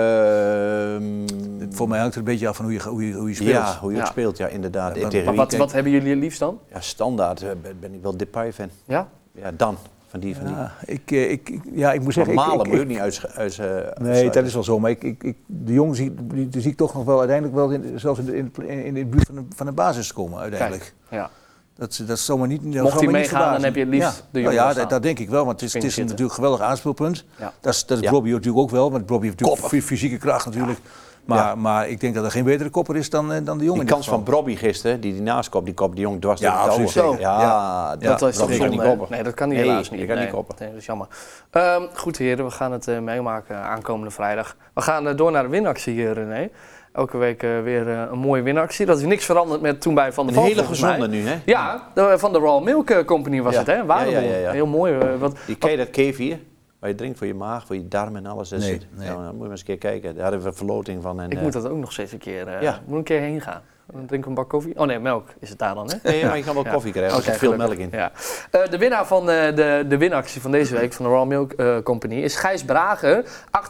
[SPEAKER 2] Ehm,
[SPEAKER 3] Voor mij hangt het een beetje af van hoe je, ga- hoe je, hoe je speelt.
[SPEAKER 2] ja, hoe je het
[SPEAKER 1] Ja.
[SPEAKER 2] speelt, ja, inderdaad.
[SPEAKER 3] Ja, maar-
[SPEAKER 2] Tegen
[SPEAKER 1] Maar
[SPEAKER 2] wie
[SPEAKER 1] wat,
[SPEAKER 2] kijk-
[SPEAKER 1] wat hebben jullie het liefst dan?
[SPEAKER 2] Ja, standaard eh, ben, ben ik wel Depay-fan.
[SPEAKER 1] Ja?
[SPEAKER 2] Ja, dan. Van die, van die.
[SPEAKER 3] Ja, ik, eh, ik, ik- ja, ik moet zeggen...
[SPEAKER 2] Maar
[SPEAKER 3] ik-
[SPEAKER 2] Malen
[SPEAKER 3] ik-
[SPEAKER 2] moet je
[SPEAKER 3] ik-
[SPEAKER 2] ook niet uit, uit,
[SPEAKER 3] Nee, dat is wel zo. Maar ik, ik, ik, de jongen zie, die, die zie ik toch nog wel uiteindelijk wel in, zelfs in de, in, in de buurt van de, van de basis komen uiteindelijk.
[SPEAKER 1] Ja.
[SPEAKER 3] Dat, ze- dat is zomaar niet. dat
[SPEAKER 1] Mocht
[SPEAKER 3] zal
[SPEAKER 1] hij
[SPEAKER 3] me niet
[SPEAKER 1] meegaan,
[SPEAKER 3] verbazen.
[SPEAKER 1] dan heb je het liefst
[SPEAKER 3] ja.
[SPEAKER 1] de
[SPEAKER 3] Nou
[SPEAKER 1] jongen
[SPEAKER 3] ja,
[SPEAKER 1] staan.
[SPEAKER 3] dat, dat denk ik wel. Want het is, het is een
[SPEAKER 1] Zitten.
[SPEAKER 3] natuurlijk een geweldig aanspeelpunt.
[SPEAKER 1] Ja.
[SPEAKER 3] Dat is, dat is
[SPEAKER 2] Ja.
[SPEAKER 3] Robbie natuurlijk ook wel. Want Robbie heeft natuurlijk fy- fysieke kracht natuurlijk. Maar,
[SPEAKER 2] Ja.
[SPEAKER 3] maar ik denk dat er geen betere kopper is dan, eh, dan de jongen.
[SPEAKER 2] Die
[SPEAKER 3] in dit
[SPEAKER 2] kans van
[SPEAKER 3] geval.
[SPEAKER 2] Brobby gisteren, die die naast kop, die kop die jong dwars
[SPEAKER 3] Ja,
[SPEAKER 2] tegen het
[SPEAKER 3] absoluut
[SPEAKER 2] touw.
[SPEAKER 1] zeker.
[SPEAKER 2] Ja,
[SPEAKER 3] Ja.
[SPEAKER 2] dat,
[SPEAKER 1] dat is
[SPEAKER 2] dat
[SPEAKER 1] toch
[SPEAKER 2] kan je
[SPEAKER 1] zonde.
[SPEAKER 2] niet koppen.
[SPEAKER 1] Nee, dat kan hij
[SPEAKER 2] Nee,
[SPEAKER 1] helaas niet.
[SPEAKER 2] je kan
[SPEAKER 1] nee.
[SPEAKER 2] niet koppen.
[SPEAKER 1] Nee, dat is jammer. Ehm, goed heren, we gaan het eh, meemaken aankomende vrijdag. We gaan eh, door naar de winactie, eh, René. Elke week eh, weer eh, een mooie winactie. Dat is niks veranderd met toen bij Van der
[SPEAKER 2] Een
[SPEAKER 1] Valk.
[SPEAKER 2] hele
[SPEAKER 1] volgens mij.
[SPEAKER 2] gezonde nu, hè?
[SPEAKER 1] Ja, de- van de Royal Milk eh, Company was
[SPEAKER 2] Ja.
[SPEAKER 1] het, hè? Waardebon.
[SPEAKER 2] Ja, ja, ja, ja.
[SPEAKER 1] Heel mooi. eh, wat,
[SPEAKER 2] Die ken je dat kefir? Waar je drinkt voor je maag, voor je darmen en alles. Dat
[SPEAKER 3] Nee,
[SPEAKER 2] zit.
[SPEAKER 3] nee.
[SPEAKER 2] Nou, dan moet je maar eens een keer kijken. Daar hebben we een verloting van. En,
[SPEAKER 1] ik
[SPEAKER 2] eh,
[SPEAKER 1] moet dat ook nog steeds een keer... eh,
[SPEAKER 2] Ja.
[SPEAKER 1] Moet ik een keer heen gaan. Dan drink ik een bak koffie. Oh nee, melk is het daar dan, hè?
[SPEAKER 2] Nee, maar je kan wel koffie krijgen.
[SPEAKER 1] Oké,
[SPEAKER 2] er zit veel melk
[SPEAKER 1] gelukkig.
[SPEAKER 2] in.
[SPEAKER 1] Ja. Eh, de winnaar van eh, de, de winactie van deze week van de Royal Milk eh, Company is Gijs Brager,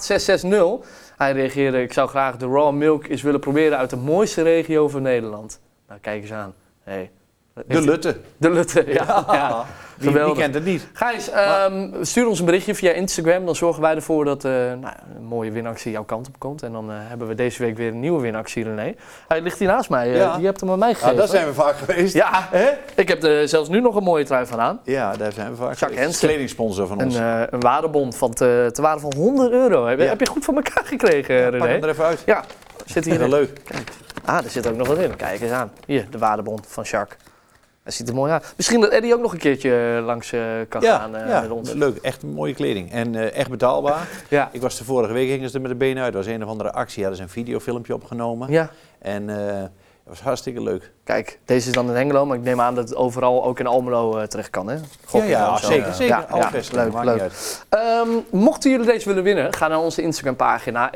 [SPEAKER 1] 8660. Hij reageerde, ik zou graag de Royal Milk eens willen proberen uit de mooiste regio van Nederland. Nou, kijk eens aan. Hey.
[SPEAKER 2] De Lutte.
[SPEAKER 1] De Lutte, ja. ja.
[SPEAKER 2] Wie, wie
[SPEAKER 1] Geweldig.
[SPEAKER 2] kent het niet? Ah,
[SPEAKER 1] Gijs, ehm, stuur ons een berichtje via Instagram. Dan zorgen wij ervoor dat eh, nou, een mooie winactie jouw kant op komt. En dan eh, hebben we deze week weer een nieuwe winactie, René. Hij ligt hier naast mij. eh,
[SPEAKER 2] Ja. Ah,
[SPEAKER 1] Die hebt hem aan mij gegeven.
[SPEAKER 2] we vaak geweest. Ja,
[SPEAKER 1] Ja, ik heb er zelfs nu nog een mooie trui van aan.
[SPEAKER 2] daar zijn we vaak
[SPEAKER 1] Jacques
[SPEAKER 2] geweest.
[SPEAKER 1] Hensen.
[SPEAKER 2] Kledingsponsor van
[SPEAKER 1] Een,
[SPEAKER 2] ons.
[SPEAKER 1] eh een waardebond van te, te waarde van 100 euro. Heb, je-
[SPEAKER 2] Ja.
[SPEAKER 1] heb je goed voor elkaar gekregen, ja,
[SPEAKER 2] Pak hem er
[SPEAKER 1] René?
[SPEAKER 2] even uit.
[SPEAKER 1] Ja, zit
[SPEAKER 2] *laughs* Heel
[SPEAKER 1] hier.
[SPEAKER 2] leuk.
[SPEAKER 1] Ah, er zit ook nog wat in. Kijk eens aan. Hier, de waardebond van Shark. Hij ziet er mooi uit. Misschien dat Eddie ook nog een keertje eh, langs eh, kan
[SPEAKER 2] Ja,
[SPEAKER 1] gaan eh,
[SPEAKER 2] ja,
[SPEAKER 1] met ons.
[SPEAKER 2] leuk. Echt mooie kleding. En eh, echt
[SPEAKER 1] *laughs*
[SPEAKER 2] betaalbaar.
[SPEAKER 1] Ja.
[SPEAKER 2] Ik was de vorige week, hingen ze er met de benen uit. Er was een of andere actie. Hadden ze een videofilmpje opgenomen.
[SPEAKER 1] ja,
[SPEAKER 2] En eh, het was hartstikke leuk.
[SPEAKER 1] kijk, deze is dan in Hengelo, maar ik neem aan dat het overal ook in Almelo eh, terecht kan. Hè? Gok ik dan zo.
[SPEAKER 2] zeker. zeker.
[SPEAKER 1] Ja,
[SPEAKER 2] Alle
[SPEAKER 1] ja,
[SPEAKER 2] vestigingen,
[SPEAKER 1] leuk,
[SPEAKER 2] maakt niet
[SPEAKER 1] leuk.
[SPEAKER 2] uit.
[SPEAKER 1] Ehm, mochten jullie deze willen winnen, ga naar onze Instagram-pagina,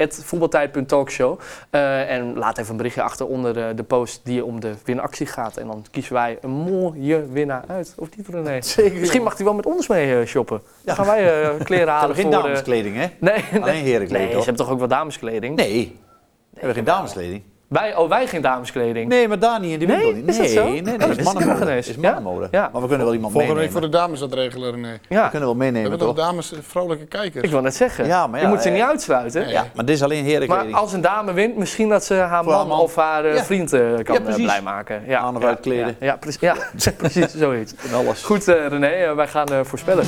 [SPEAKER 1] voetbaltijd.talkshow. Eh, en laat even een berichtje achter onder eh, de post die om de winactie gaat. En dan kiezen wij een mooie winnaar uit. Of niet, René? Misschien mag hij wel met ons mee eh, shoppen. Dan gaan wij eh,
[SPEAKER 2] *laughs*
[SPEAKER 1] kleren
[SPEAKER 2] We
[SPEAKER 1] halen
[SPEAKER 2] hebben geen
[SPEAKER 1] voor... eh,
[SPEAKER 2] dameskleding, hè?
[SPEAKER 1] Nee, nee.
[SPEAKER 2] Alleen herenkleding,
[SPEAKER 1] Nee, ze
[SPEAKER 2] toch?
[SPEAKER 1] hebben toch ook wel dameskleding?
[SPEAKER 2] Nee. We hebben geen dameskleding.
[SPEAKER 1] Wij, oh, wij geen dameskleding?
[SPEAKER 2] Nee, maar daar niet in de
[SPEAKER 1] Nee?
[SPEAKER 2] winkel. niet.
[SPEAKER 1] Is dat zo?
[SPEAKER 2] Nee, nee,
[SPEAKER 1] Oh, dat
[SPEAKER 2] nee.
[SPEAKER 1] wist
[SPEAKER 2] is
[SPEAKER 1] ik nog
[SPEAKER 2] mannenmode.
[SPEAKER 1] niet eens.
[SPEAKER 2] is
[SPEAKER 1] Ja?
[SPEAKER 2] mannenmode.
[SPEAKER 1] Ja.
[SPEAKER 2] Maar we kunnen wel iemand
[SPEAKER 4] Volgende week
[SPEAKER 2] meenemen.
[SPEAKER 4] voor de dames dat regelen, eh, René.
[SPEAKER 1] Ja,
[SPEAKER 2] We kunnen wel
[SPEAKER 4] We
[SPEAKER 2] meenemen,
[SPEAKER 4] hebben nog
[SPEAKER 2] toch?
[SPEAKER 4] dames, eh, vrouwelijke kijkers.
[SPEAKER 1] ik wil net zeggen.
[SPEAKER 2] Ja, maar ja,
[SPEAKER 1] je moet ze
[SPEAKER 2] eh,
[SPEAKER 1] niet uitsluiten.
[SPEAKER 4] nee.
[SPEAKER 2] Ja, maar dit is alleen
[SPEAKER 1] Maar
[SPEAKER 2] herenkleding.
[SPEAKER 1] als een dame wint, misschien dat ze haar
[SPEAKER 2] Voor
[SPEAKER 1] man,
[SPEAKER 2] haar man.
[SPEAKER 1] of haar eh,
[SPEAKER 2] Ja.
[SPEAKER 1] vriend eh, kan
[SPEAKER 2] Ja,
[SPEAKER 1] eh,
[SPEAKER 2] precies.
[SPEAKER 1] blij maken. Ja,
[SPEAKER 2] Aan of
[SPEAKER 1] ja,
[SPEAKER 2] uitkleden.
[SPEAKER 1] Ja, ja, precies,
[SPEAKER 2] *laughs*
[SPEAKER 1] ja, *laughs* precies, zoiets.
[SPEAKER 2] En alles.
[SPEAKER 1] Goed, eh, René, eh, wij gaan eh, voorspellen.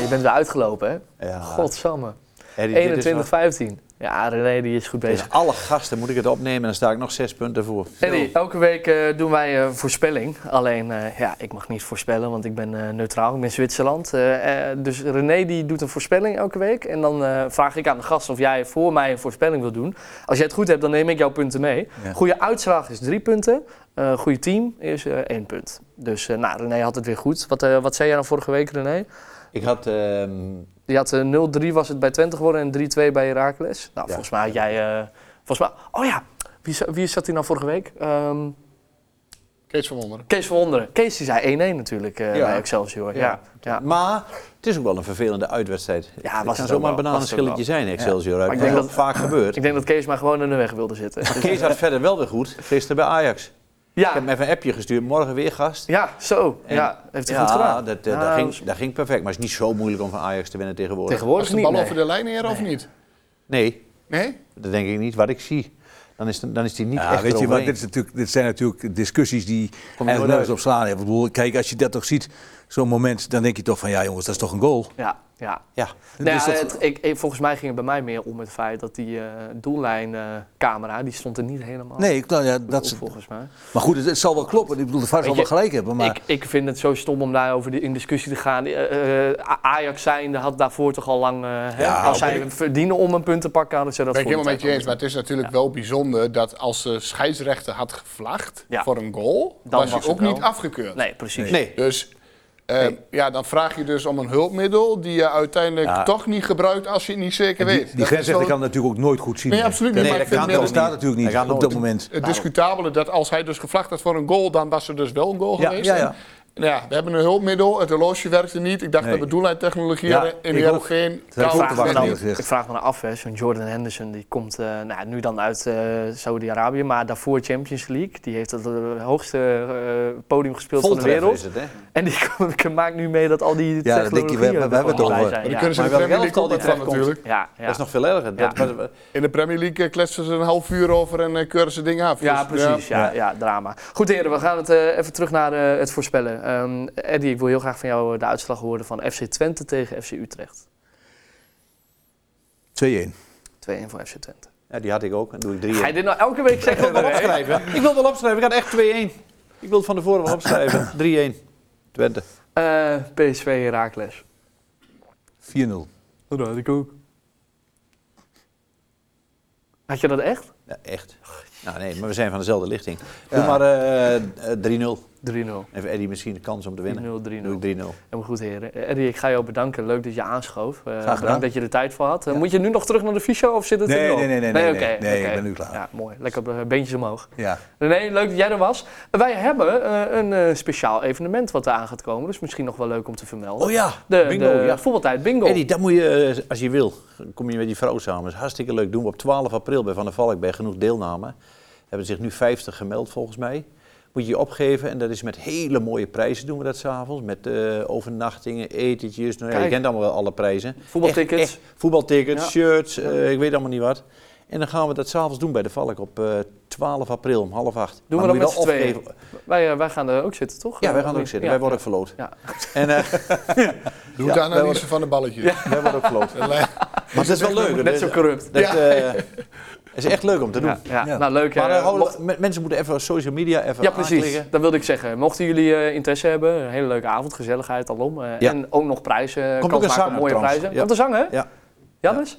[SPEAKER 1] Je bent weer uitgelopen, hè?
[SPEAKER 2] Ja.
[SPEAKER 1] Godsamme.
[SPEAKER 2] Herrie, dit is nog-
[SPEAKER 1] 21-15. Ja, René die is goed bezig.
[SPEAKER 2] Tegen alle gasten moet ik het opnemen en dan sta ik nog zes punten voor.
[SPEAKER 1] Eddie, elke week eh, doen wij eh, voorspelling. Alleen, eh, ja, ik mag niet voorspellen, want ik ben eh, neutraal. Ik ben Zwitserland. Eh, eh, dus René die doet een voorspelling elke week. En dan eh, vraag ik aan de gast of jij voor mij een voorspelling wil doen. Als jij het goed hebt, dan neem ik jouw punten mee.
[SPEAKER 3] Ja.
[SPEAKER 1] Goede uitslag is drie punten. Eh goede team is eh, één punt. Dus eh, nou, René had het weer goed. Wat, eh, wat zei jij dan vorige week, René?
[SPEAKER 2] Ik had ehm,
[SPEAKER 1] Die had eh, 0-3 was het bij Twente geworden en 3-2 bij Heracles. Nou,
[SPEAKER 2] Ja.
[SPEAKER 1] volgens mij had jij... eh, volgens mij... Oh ja, wie, za- wie zat hier nou vorige week? Ehm,
[SPEAKER 4] Kees van Wonderen.
[SPEAKER 1] Kees van Wonderen. Kees die zei 1-1 natuurlijk eh
[SPEAKER 2] Ja.
[SPEAKER 1] bij Excelsior. Ja, ja. ja.
[SPEAKER 2] Maar het is ook wel een vervelende uitwedstrijd.
[SPEAKER 1] was
[SPEAKER 2] het
[SPEAKER 1] het
[SPEAKER 2] kan
[SPEAKER 1] ook
[SPEAKER 2] zomaar een
[SPEAKER 1] wel, was het ook
[SPEAKER 2] bananenschilletje zijn, Excelsior. uit.
[SPEAKER 1] Maar ik
[SPEAKER 2] dat is
[SPEAKER 1] denk
[SPEAKER 2] ook vaak gebeurd.
[SPEAKER 1] Ik denk dat Kees maar gewoon in de weg wilde zitten. *laughs*
[SPEAKER 2] Kees had verder wel weer goed, gisteren bij Ajax. Ik
[SPEAKER 1] ja.
[SPEAKER 2] heb hem even een appje gestuurd, morgen weer gast.
[SPEAKER 1] ja, zo.
[SPEAKER 2] En-
[SPEAKER 1] ja, heeft hij
[SPEAKER 2] Ja,
[SPEAKER 1] goed gedaan.
[SPEAKER 2] Dat, eh,
[SPEAKER 1] Nou,
[SPEAKER 2] dat, ging, dat ging perfect. Maar het is niet zo moeilijk om van Ajax te winnen tegenwoordig.
[SPEAKER 1] Tegenwoordig
[SPEAKER 4] Was de
[SPEAKER 1] niet,
[SPEAKER 4] bal
[SPEAKER 1] nee.
[SPEAKER 4] over de lijn heren of niet?
[SPEAKER 2] Nee,
[SPEAKER 4] Nee?
[SPEAKER 2] dat denk ik niet. Wat ik zie, dan is, dan is die niet
[SPEAKER 3] Ja,
[SPEAKER 2] echt
[SPEAKER 3] weet je, maar
[SPEAKER 2] eroverheen.
[SPEAKER 3] dit, is natuurlijk, dit zijn natuurlijk discussies die eigenlijk
[SPEAKER 2] nooit
[SPEAKER 3] nergens
[SPEAKER 2] uit.
[SPEAKER 3] op slaan. Ik bedoel, kijk, als je dat toch ziet, zo'n moment, dan denk je toch van ja jongens, dat is toch een goal.
[SPEAKER 1] Ja, ja.
[SPEAKER 2] Ja,
[SPEAKER 1] Nou ja,
[SPEAKER 3] Dus dat-
[SPEAKER 1] het- ik, ik- volgens mij ging het bij mij meer om het feit dat die eh, doellijncamera, die stond er niet helemaal
[SPEAKER 3] Nee, ik- nou, ja,
[SPEAKER 1] op,
[SPEAKER 3] dat is,
[SPEAKER 1] volgens mij.
[SPEAKER 3] maar goed, het, het zal wel kloppen. Ik bedoel, de VAR zal
[SPEAKER 1] Weet
[SPEAKER 3] wel
[SPEAKER 1] je,
[SPEAKER 3] gelijk hebben, maar
[SPEAKER 1] Ik, ik vind het zo stom om daarover die- in discussie te gaan. Eh, eh, A- Ajax zijnde had daarvoor toch al lang... eh, hè,
[SPEAKER 3] Ja,
[SPEAKER 1] als zij verdienen om een punt te pakken, hadden ze dat
[SPEAKER 4] Ben ik
[SPEAKER 1] voor
[SPEAKER 4] helemaal met
[SPEAKER 1] de
[SPEAKER 4] je
[SPEAKER 1] tijd
[SPEAKER 4] eens. Maar het is natuurlijk wel bijzonder dat als de scheidsrechter had gevlacht
[SPEAKER 1] Ja.
[SPEAKER 4] voor een goal,
[SPEAKER 1] Dan
[SPEAKER 4] was
[SPEAKER 1] was
[SPEAKER 4] hij ook
[SPEAKER 1] het
[SPEAKER 4] niet
[SPEAKER 1] wel.
[SPEAKER 4] afgekeurd.
[SPEAKER 1] Nee, precies.
[SPEAKER 2] nee.
[SPEAKER 4] Dus eh, ja, dan vraag je dus om een hulpmiddel die je uiteindelijk
[SPEAKER 2] Ja.
[SPEAKER 4] toch niet gebruikt als je het niet zeker
[SPEAKER 3] die,
[SPEAKER 4] weet.
[SPEAKER 3] die
[SPEAKER 4] Dat is
[SPEAKER 3] grensrechter
[SPEAKER 4] wel
[SPEAKER 3] kan natuurlijk ook nooit goed zien.
[SPEAKER 4] Nee, absoluut niet.
[SPEAKER 3] Dat-
[SPEAKER 4] maar
[SPEAKER 2] dat
[SPEAKER 4] ik vind
[SPEAKER 2] kan
[SPEAKER 4] meer
[SPEAKER 3] Dat
[SPEAKER 2] toch
[SPEAKER 4] het,
[SPEAKER 3] bestaat natuurlijk
[SPEAKER 2] Hij gaat
[SPEAKER 3] niet op dat
[SPEAKER 2] nooit.
[SPEAKER 3] moment.
[SPEAKER 4] het discutabele dat als hij dus gevlacht had voor een goal, dan was er dus wel een goal
[SPEAKER 3] Ja,
[SPEAKER 4] geweest.
[SPEAKER 3] ja, ja.
[SPEAKER 4] Nou ja, we hebben een hulpmiddel, het horloge werkte niet. Ik dacht
[SPEAKER 3] Nee.
[SPEAKER 4] dat we doellijntechnologie
[SPEAKER 3] Ja,
[SPEAKER 4] hadden in
[SPEAKER 3] ik ook.
[SPEAKER 4] Heerenveen.
[SPEAKER 3] Dat
[SPEAKER 1] Ik
[SPEAKER 3] heb ik ook
[SPEAKER 4] Koud
[SPEAKER 1] vraag,
[SPEAKER 3] te
[SPEAKER 1] me
[SPEAKER 4] werd
[SPEAKER 3] wachten,
[SPEAKER 1] dan,
[SPEAKER 3] eerlijk
[SPEAKER 4] niet.
[SPEAKER 3] gezegd.
[SPEAKER 1] ik vraag me dan af, hè, zo'n Jordan Henderson die komt eh, nou, nu dan uit eh Saudi-Arabië, maar daarvoor Champions League. Die heeft het eh, hoogste eh, podium gespeeld van de
[SPEAKER 2] Voltreffer
[SPEAKER 1] wereld.
[SPEAKER 2] is het, hè?
[SPEAKER 1] En die *laughs* komt- maakt nu mee dat al die
[SPEAKER 3] Ja, dat denk je, we- we- we
[SPEAKER 1] technologieën er
[SPEAKER 3] hebben het
[SPEAKER 1] allemaal
[SPEAKER 3] over.
[SPEAKER 1] bij
[SPEAKER 4] Maar
[SPEAKER 1] zijn.
[SPEAKER 4] dan kunnen ze in
[SPEAKER 2] Maar
[SPEAKER 4] de
[SPEAKER 2] welk
[SPEAKER 4] Premier
[SPEAKER 2] elftal
[SPEAKER 4] League ook
[SPEAKER 2] die
[SPEAKER 4] wat van
[SPEAKER 2] terechtkomt?
[SPEAKER 4] natuurlijk.
[SPEAKER 1] Ja, ja,
[SPEAKER 2] Dat is nog veel erger. Dat,
[SPEAKER 1] Ja.
[SPEAKER 2] wat-
[SPEAKER 4] In de Premier League eh, kletsen ze een half uur over en eh, keuren ze dingen af.
[SPEAKER 1] ja,
[SPEAKER 4] Dus,
[SPEAKER 1] precies. Ja, ja. drama. Goed heren, we gaan het eh, even terug naar eh, het voorspellen. Ehm Eddie, ik wil heel graag van jou eh, de uitslag horen van FC Twente tegen FC Utrecht.
[SPEAKER 3] 2-1.
[SPEAKER 1] 2-1 voor FC Twente.
[SPEAKER 2] ja, die had ik ook. Dan doe ik drie.
[SPEAKER 1] Ga je dit nou elke week
[SPEAKER 2] Ik wil
[SPEAKER 3] *laughs*
[SPEAKER 1] zeggen?
[SPEAKER 2] het wel opschrijven. Ik wil het wel opschrijven. Ik had echt 2-1. Ik wil het van tevoren wel opschrijven. 3-1. Twente.
[SPEAKER 1] Eh, PSV Herakles.
[SPEAKER 3] 4-0.
[SPEAKER 1] Dat had ik ook. Had je dat echt? 3-0.
[SPEAKER 2] Ja, echt. Nou nee, maar we zijn van dezelfde lichting. Doe maar eh, eh, 3-0.
[SPEAKER 1] 3-0, 3-0.
[SPEAKER 2] Even Eddie misschien de kans om te winnen. Doe ik 3-0.
[SPEAKER 1] Helemaal goed, heren. Eh, Eddie, ik ga jou bedanken. Leuk dat je aanschoof. Eh,
[SPEAKER 3] gedaan.
[SPEAKER 1] bedankt dat je er tijd voor had. Eh, Moet je nu nog terug naar de fysio of zit het
[SPEAKER 3] Nee,
[SPEAKER 1] er nu al?
[SPEAKER 3] nee, nee, nee, nee,
[SPEAKER 1] oké,
[SPEAKER 3] nee. Nee, ik
[SPEAKER 1] oké.
[SPEAKER 3] ben nu klaar.
[SPEAKER 1] Ja, mooi. Lekker eh, beentjes omhoog.
[SPEAKER 3] Ja.
[SPEAKER 1] René, leuk dat jij er was. Wij hebben eh, een eh, speciaal evenement wat eraan gaat komen. Dus misschien nog wel leuk om te vermelden.
[SPEAKER 2] Oh ja,
[SPEAKER 1] De,
[SPEAKER 2] bingo.
[SPEAKER 1] de
[SPEAKER 2] ja.
[SPEAKER 1] voetbaltijd bingo.
[SPEAKER 2] Eddie, dat moet je, eh, als je wil, kom je met die vrouw samen. Dat is hartstikke leuk. Doen we op 12 april bij Van der Valk bij genoeg deelname. Hebben zich nu 50 gemeld volgens mij. Moet je je opgeven en dat is met hele mooie prijzen doen we dat s'avonds. Met eh, overnachtingen, etentjes. Nou, ja, je
[SPEAKER 1] Kijk.
[SPEAKER 2] kent allemaal wel alle prijzen.
[SPEAKER 1] Voetbaltickets.
[SPEAKER 2] Echt, echt. voetbaltickets,
[SPEAKER 1] Ja.
[SPEAKER 2] shirts, eh, ik weet allemaal niet wat. En dan gaan we dat s'avonds doen bij de Valk op eh, 12 april om half acht.
[SPEAKER 1] Doen
[SPEAKER 2] Maar
[SPEAKER 1] we dan
[SPEAKER 2] moet je
[SPEAKER 1] met z'n
[SPEAKER 2] wel
[SPEAKER 1] tweeën?
[SPEAKER 2] opgeven.
[SPEAKER 1] Wij, eh, wij gaan er ook zitten, toch?
[SPEAKER 2] Ja, wij gaan ook zitten.
[SPEAKER 1] Ja.
[SPEAKER 2] wij worden ook verloot.
[SPEAKER 1] Ja.
[SPEAKER 2] En eh, *laughs*
[SPEAKER 4] eh, Doe
[SPEAKER 2] Ja,
[SPEAKER 4] de
[SPEAKER 2] wij
[SPEAKER 4] analyse
[SPEAKER 2] worden-
[SPEAKER 4] van de balletjes.
[SPEAKER 2] wij worden ook verloot. Dus Maar dat is wel leuk.
[SPEAKER 1] Net zo
[SPEAKER 2] Dat-
[SPEAKER 1] corrupt.
[SPEAKER 2] Dat eh, is echt leuk om te doen.
[SPEAKER 1] Ja, ja.
[SPEAKER 3] Ja.
[SPEAKER 1] nou leuk.
[SPEAKER 2] Maar
[SPEAKER 1] eh,
[SPEAKER 2] eh, hou-
[SPEAKER 1] mocht-
[SPEAKER 2] me- mensen moeten even social media even
[SPEAKER 1] Ja, precies.
[SPEAKER 2] aanklikken.
[SPEAKER 1] Dat wilde ik zeggen. Mochten jullie eh, interesse hebben, een hele leuke avond, gezelligheid alom. eh,
[SPEAKER 2] Ja.
[SPEAKER 1] En ook nog prijzen.
[SPEAKER 2] ook
[SPEAKER 1] kans
[SPEAKER 2] een
[SPEAKER 1] maken op
[SPEAKER 2] zanger
[SPEAKER 1] mooie
[SPEAKER 2] trouwens.
[SPEAKER 1] prijzen.
[SPEAKER 2] Ja.
[SPEAKER 1] Komt er zangen?
[SPEAKER 2] Ja.
[SPEAKER 1] Jannes?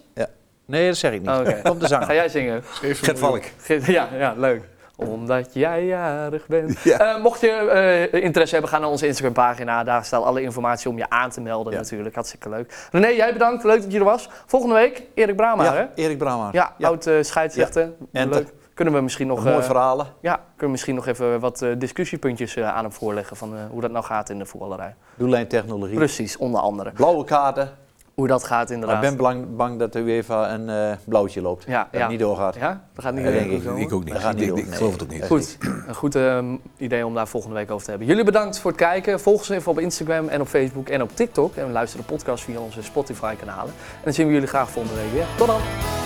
[SPEAKER 2] Nee, dat zeg ik niet. *laughs*
[SPEAKER 1] Oh, oké.
[SPEAKER 2] Kom te
[SPEAKER 1] Ga
[SPEAKER 2] zanger.
[SPEAKER 1] jij zingen?
[SPEAKER 3] *laughs* Gert Valk.
[SPEAKER 1] Ja, ja, leuk. Omdat jij jarig
[SPEAKER 2] *laughs*
[SPEAKER 1] bent. Eh, mocht je eh, interesse hebben, ga naar onze Instagram-pagina. Daar staat alle informatie om je aan te melden
[SPEAKER 2] Ja.
[SPEAKER 1] natuurlijk. Hartstikke leuk. René, jij bedankt. Leuk dat je er was. Volgende week Erik Brama, hè?
[SPEAKER 2] Ja, Erik Brahma.
[SPEAKER 1] Ja, oud eh, scheidsrechter.
[SPEAKER 2] En eh,
[SPEAKER 1] leuk. Kunnen we misschien nog...
[SPEAKER 2] Mooi
[SPEAKER 1] eh,
[SPEAKER 2] verhalen.
[SPEAKER 1] Ja, kunnen we misschien nog even wat eh, discussiepuntjes eh, aan hem voorleggen van eh, hoe dat nou gaat in de voetballerij.
[SPEAKER 2] Doellijn technologie.
[SPEAKER 1] Precies, onder andere.
[SPEAKER 2] Blauwe kaarten.
[SPEAKER 1] Hoe dat gaat
[SPEAKER 2] Maar ik
[SPEAKER 1] inderdaad.
[SPEAKER 2] ben bang, bang dat de UEFA een eh, blauwtje loopt.
[SPEAKER 1] Ja,
[SPEAKER 2] dat het
[SPEAKER 1] ja.
[SPEAKER 2] niet doorgaat.
[SPEAKER 1] Ja, dat gaat niet
[SPEAKER 2] Ja,
[SPEAKER 1] meer
[SPEAKER 2] denk ik.
[SPEAKER 1] komen.
[SPEAKER 3] Ik ook niet.
[SPEAKER 2] Dat gaat
[SPEAKER 3] Ik,
[SPEAKER 2] niet
[SPEAKER 3] denk-
[SPEAKER 2] doen,
[SPEAKER 3] ik
[SPEAKER 2] nee.
[SPEAKER 3] geloof het ook niet.
[SPEAKER 1] Goed, een goed ehm, idee om daar volgende week over te hebben. Jullie bedankt voor het kijken. Volg ons even op Instagram en op Facebook en op TikTok. En luister de podcast via onze Spotify-kanalen. En dan zien we jullie graag volgende week weer. Tot dan!